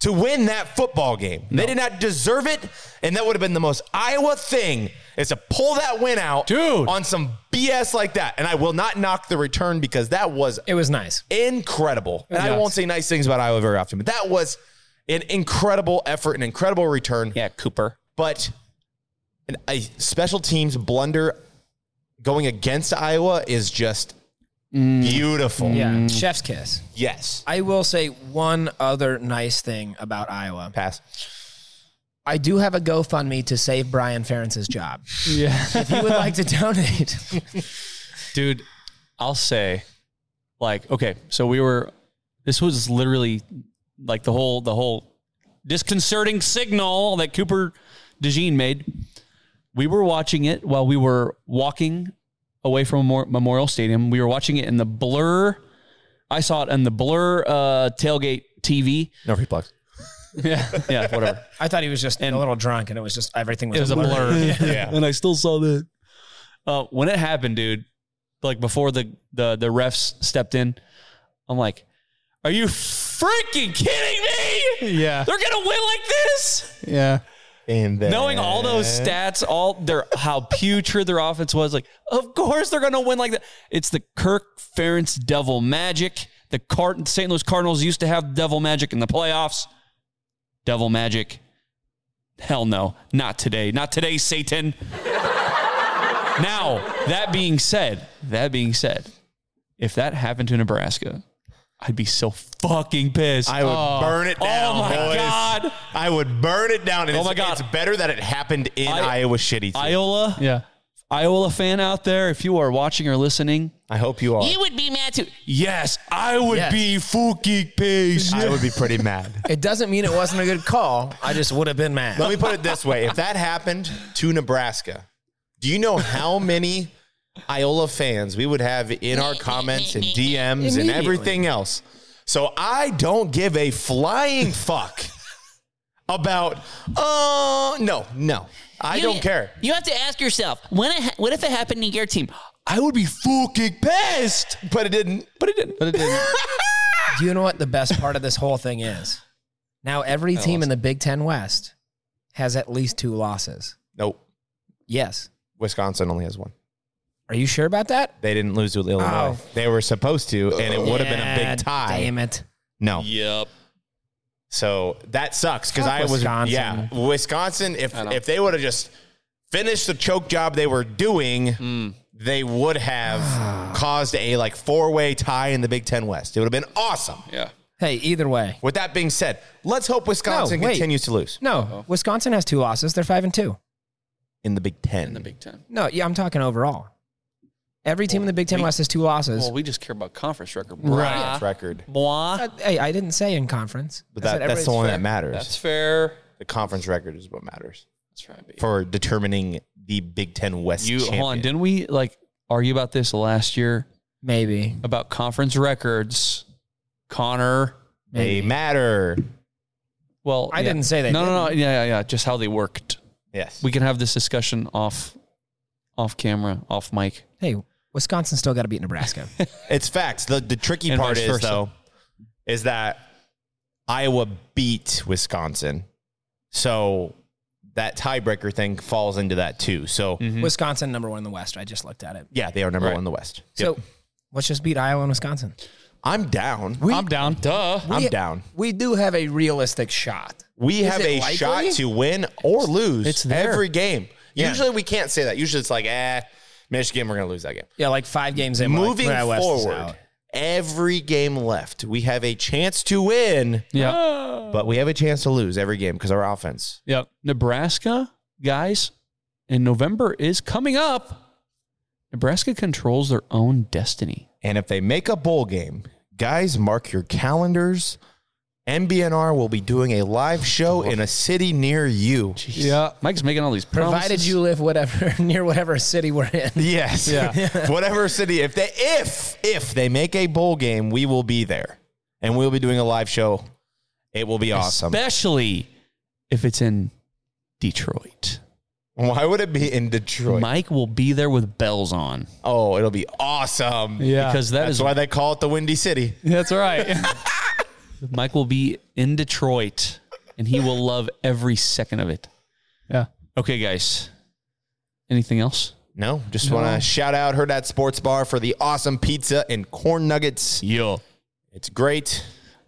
to win that football game. They did not deserve it. And that would have been the most Iowa thing is to pull that win out Dude. on some BS like that. And I will not knock the return because that was
It was nice.
incredible. And I
Yes.
won't say nice things about Iowa very often, but that was an incredible effort, an incredible return. Yeah, Cooper. But an, a special teams blunder going against Iowa is just beautiful. Mm.
Yeah. Chef's kiss.
Yes.
I will say one other nice thing about Iowa.
Pass.
I do have a GoFundMe to save Brian Ferentz's job.
Yeah.
if you would like to donate,
dude i'll say like okay so we were this was literally like the whole the whole disconcerting signal that cooper dejean made we were watching it while we were walking away from Memor- memorial stadium we were watching it in the blur i saw it in the blur uh, tailgate tv
no replugs
yeah yeah whatever
I thought he was just a little drunk and it was just everything was,
it was a blur.
yeah.
And I still saw that. Uh, when it happened, dude, like before the, the the refs stepped in, I'm like, are you freaking kidding me?
Yeah.
They're gonna win like this?
Yeah.
And then
Knowing all those stats, all their how putrid their offense was, like, of course they're gonna win like that. It's the Kirk Ferentz devil magic. The Card- St. Louis Cardinals used to have devil magic in the playoffs. Devil magic. Hell no, not today. Not today, Satan. Now, that being said, that being said, if that happened to Nebraska, I'd be so fucking pissed.
I would
Oh.
burn it down.
Oh my
boys.
god.
I would burn it down. And
Oh
it's,
my God.
it's better that it happened in
I-
Iowa shitty. too.
Iola.
Yeah.
Iola fan out there, if you are watching or listening,
I hope you are.
would be mad too.
Yes, I would
Yes.
be fucking pissed.
I would be pretty mad.
It doesn't mean it wasn't a good call. I just would have been mad.
Let me put it this way: If that happened to Nebraska, do you know how many Iola fans we would have in our comments and DMs and
Immediately.
everything else? So I don't give a flying fuck about. Oh no, no, I
You-
don't care.
You have to ask yourself, when it ha- what if it happened to your team?
I would be fucking pissed, but it didn't.
But it didn't.
But it didn't.
Do you know what the best part of this whole thing is? Now every
I
team
lost
in the Big Ten West has at least two losses.
nope.
Yes.
Wisconsin only has one.
Are you sure about that?
They didn't lose to Illinois.
Oh.
They were supposed to, and it would have been a
Yeah,
big tie.
Damn it.
No.
Yep.
So that sucks because
Fuck
I was
Wisconsin.
yeah Wisconsin. If
I know.
if they would have just finished the choke job they were doing,
Mm.
they would have caused a like four way tie in the Big Ten West. It would have been awesome.
Yeah.
Hey, either way.
With that being said, let's hope Wisconsin
wait.
continues to lose
No, Wisconsin has two losses. They're five and two.
in the Big Ten.
In the Big Ten.
No, yeah, I'm talking overall. Every team in the Big Ten
we-
West has two losses.
Well, we just care about conference record.
Right.
brah.
record,
Blah.
Uh, hey, I didn't say in conference.
but
I said
that, that's
everybody's
the one
fair.
that matters.
That's fair.
the conference record is what matters
That's right. baby.
for determining the Big Ten West.
You
champion.
hold on, didn't we like argue about this last year
Maybe.
about conference records? Connor,
They matter.
well,
I
yeah.
didn't say they
No, no, no, yeah, yeah, yeah, just how they worked.
Yes,
We can have this discussion off, off camera, off mic.
Hey, Wisconsin still got to beat Nebraska.
It's facts. The the tricky
And
part
vice
is
versa.
though, is that Iowa beat Wisconsin, so that tiebreaker thing falls into that too. So
Wisconsin number one in the West. I just looked at it.
yeah, they are number
Right.
one in the West.
So let's just beat Iowa and Wisconsin.
I'm down.
I'm down.
Duh.
I'm
we-
down.
We do have a realistic shot.
We
Is
have
it
a
likely?
shot to win or lose
It's there.
every game.
Yeah.
Usually we can't say that. Usually it's like, eh, Michigan, we're gonna lose that game.
Yeah, like five games in. we're like,
Moving
"Nah, West is out."
forward, every game left, we have a chance to win,
Ah.
Yeah,
but we have a chance to lose every game because our offense
yeah. Nebraska guys, in November is coming up. Nebraska controls their own destiny.
And if they make a bowl game, guys, mark your calendars. MBNR will be doing a live show in a city near you.
Yeah, Mike's making all these promises.
Provided you live whatever near whatever city we're in.
Yes. Yeah. Whatever city. If they if if they make a bowl game, we will be there. And we'll be doing a live show. It will be awesome.
especially if it's in Detroit.
Why would it be in Detroit?
Mike will be there with bells on
oh, it'll be awesome.
Yeah.
because that
That's
is
why they call it the Windy City.
That's right.
Mike will be in Detroit and he will love every second of it.
yeah.
Okay, guys. Anything else?
No, just want to shout out her dad sports bar for the awesome pizza and corn nuggets.
Yo.
It's great.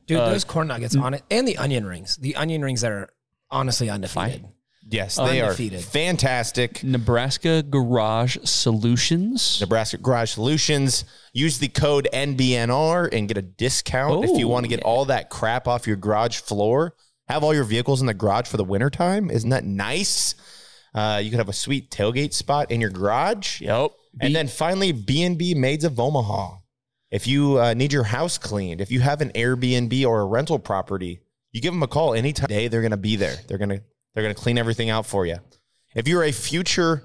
Dude, those corn nuggets on it and the onion rings. The onion rings that are honestly undefeated.
Yes, they are
Undefeated.
fantastic.
Nebraska Garage Solutions.
Nebraska Garage Solutions. Use the code NBNR and get a discount if you
Oh,
want to get all that crap off your garage floor. Have all your vehicles in the garage for the wintertime. Isn't that nice? Uh, you could have a sweet tailgate spot in your garage.
Yep.
And then finally, B&B Maids of Omaha. If you uh, need your house cleaned, if you have an Airbnb or a rental property, you give them a call anytime day. They're going to be there. They're going to they're going to clean everything out for you. If you're a future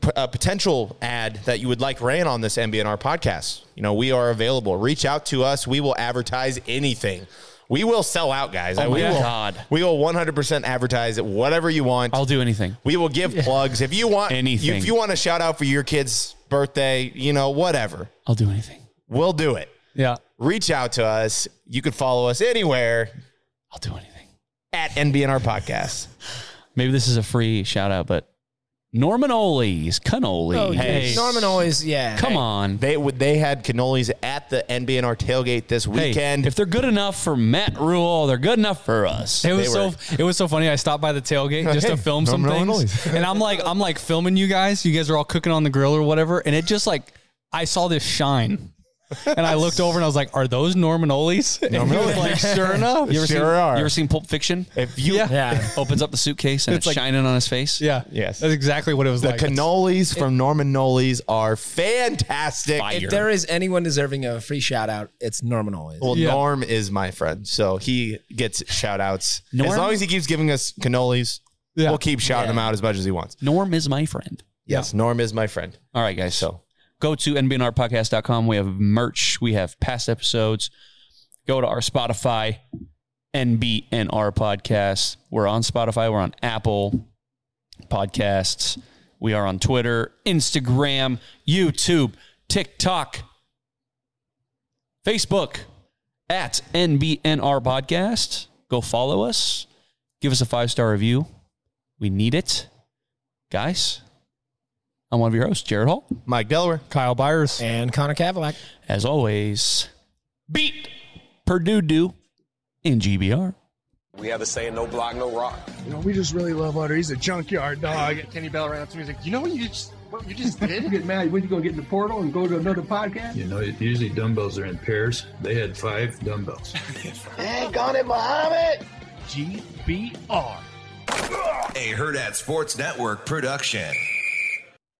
p- uh, potential ad that you would like ran on this MBNR podcast, you know we are available. Reach out to us. We will advertise anything. We will sell out, guys.
Oh
we
my
will,
God.
We will 100% advertise whatever you want.
I'll do anything.
We will give plugs if you want
Anything.
If you want a shout out for your kid's birthday, you know, whatever,
I'll do anything.
we'll do it.
Yeah.
Reach out to us. You could follow us anywhere
I'll do anything.
at NBNR Podcast.
Maybe this is a free shout out, but Norman Oli's cannoli.
Oh,
Oh, Norman always, yeah.
Come on.
They would they had cannolis at the NBNR tailgate this weekend.
if they're good enough for Matt Rule, they're good enough for us.
It was
They
so
were-
it was so funny. I stopped by the tailgate just
Hey,
to film
no
some
more
things,
noise.
and I'm like I'm like filming you guys. You guys are all cooking on the grill or whatever, and it just like I saw this shine, and I looked over and I was like, "Are those Norman Oli's?" And he was like, "Sure enough,
You ever, seen, you ever seen Pulp Fiction?
If you
yeah,
opens up the suitcase and
It's
it's,
like-
shining on his face.
yeah,
Yes.
that's exactly what it was
the
like.
cannolis from Norman Nolli's are fantastic.
If there is anyone deserving of a free shout out, it's Norman Always.
well,
Yeah.
Norm is my friend, so he gets shout outs.
Norm?
As long as he keeps giving us cannolis, we'll keep shouting him out as much as he wants.
Norm is my friend.
Yes, Norm is my friend.
All right, guys. So go to nbnrpodcast.com. We have merch. We have past episodes. Go to our Spotify, NBNR Podcast. We're on Spotify. We're on Apple Podcasts. We are on Twitter, Instagram, YouTube, TikTok, Facebook at NBNR Podcast. Go follow us. Give us a five star review. We need it. Guys, I'm one of your hosts, Jared Hall.
Mike Delaware,
Kyle Byers,
and Connor Cavillac.
As always, beat Purdue do in GBR.
We have the saying, no block, no rock.
You know, we just really love Otter. He's a junkyard dog. Kenny Bell ran up to me. He's like, you know what you just what you just did?
You get mad when you gonna get in the portal and go to another podcast?
You know, usually dumbbells are in pairs. They had five dumbbells.
Dang on it, Muhammad. GBR.
A Herd at Sports Network production.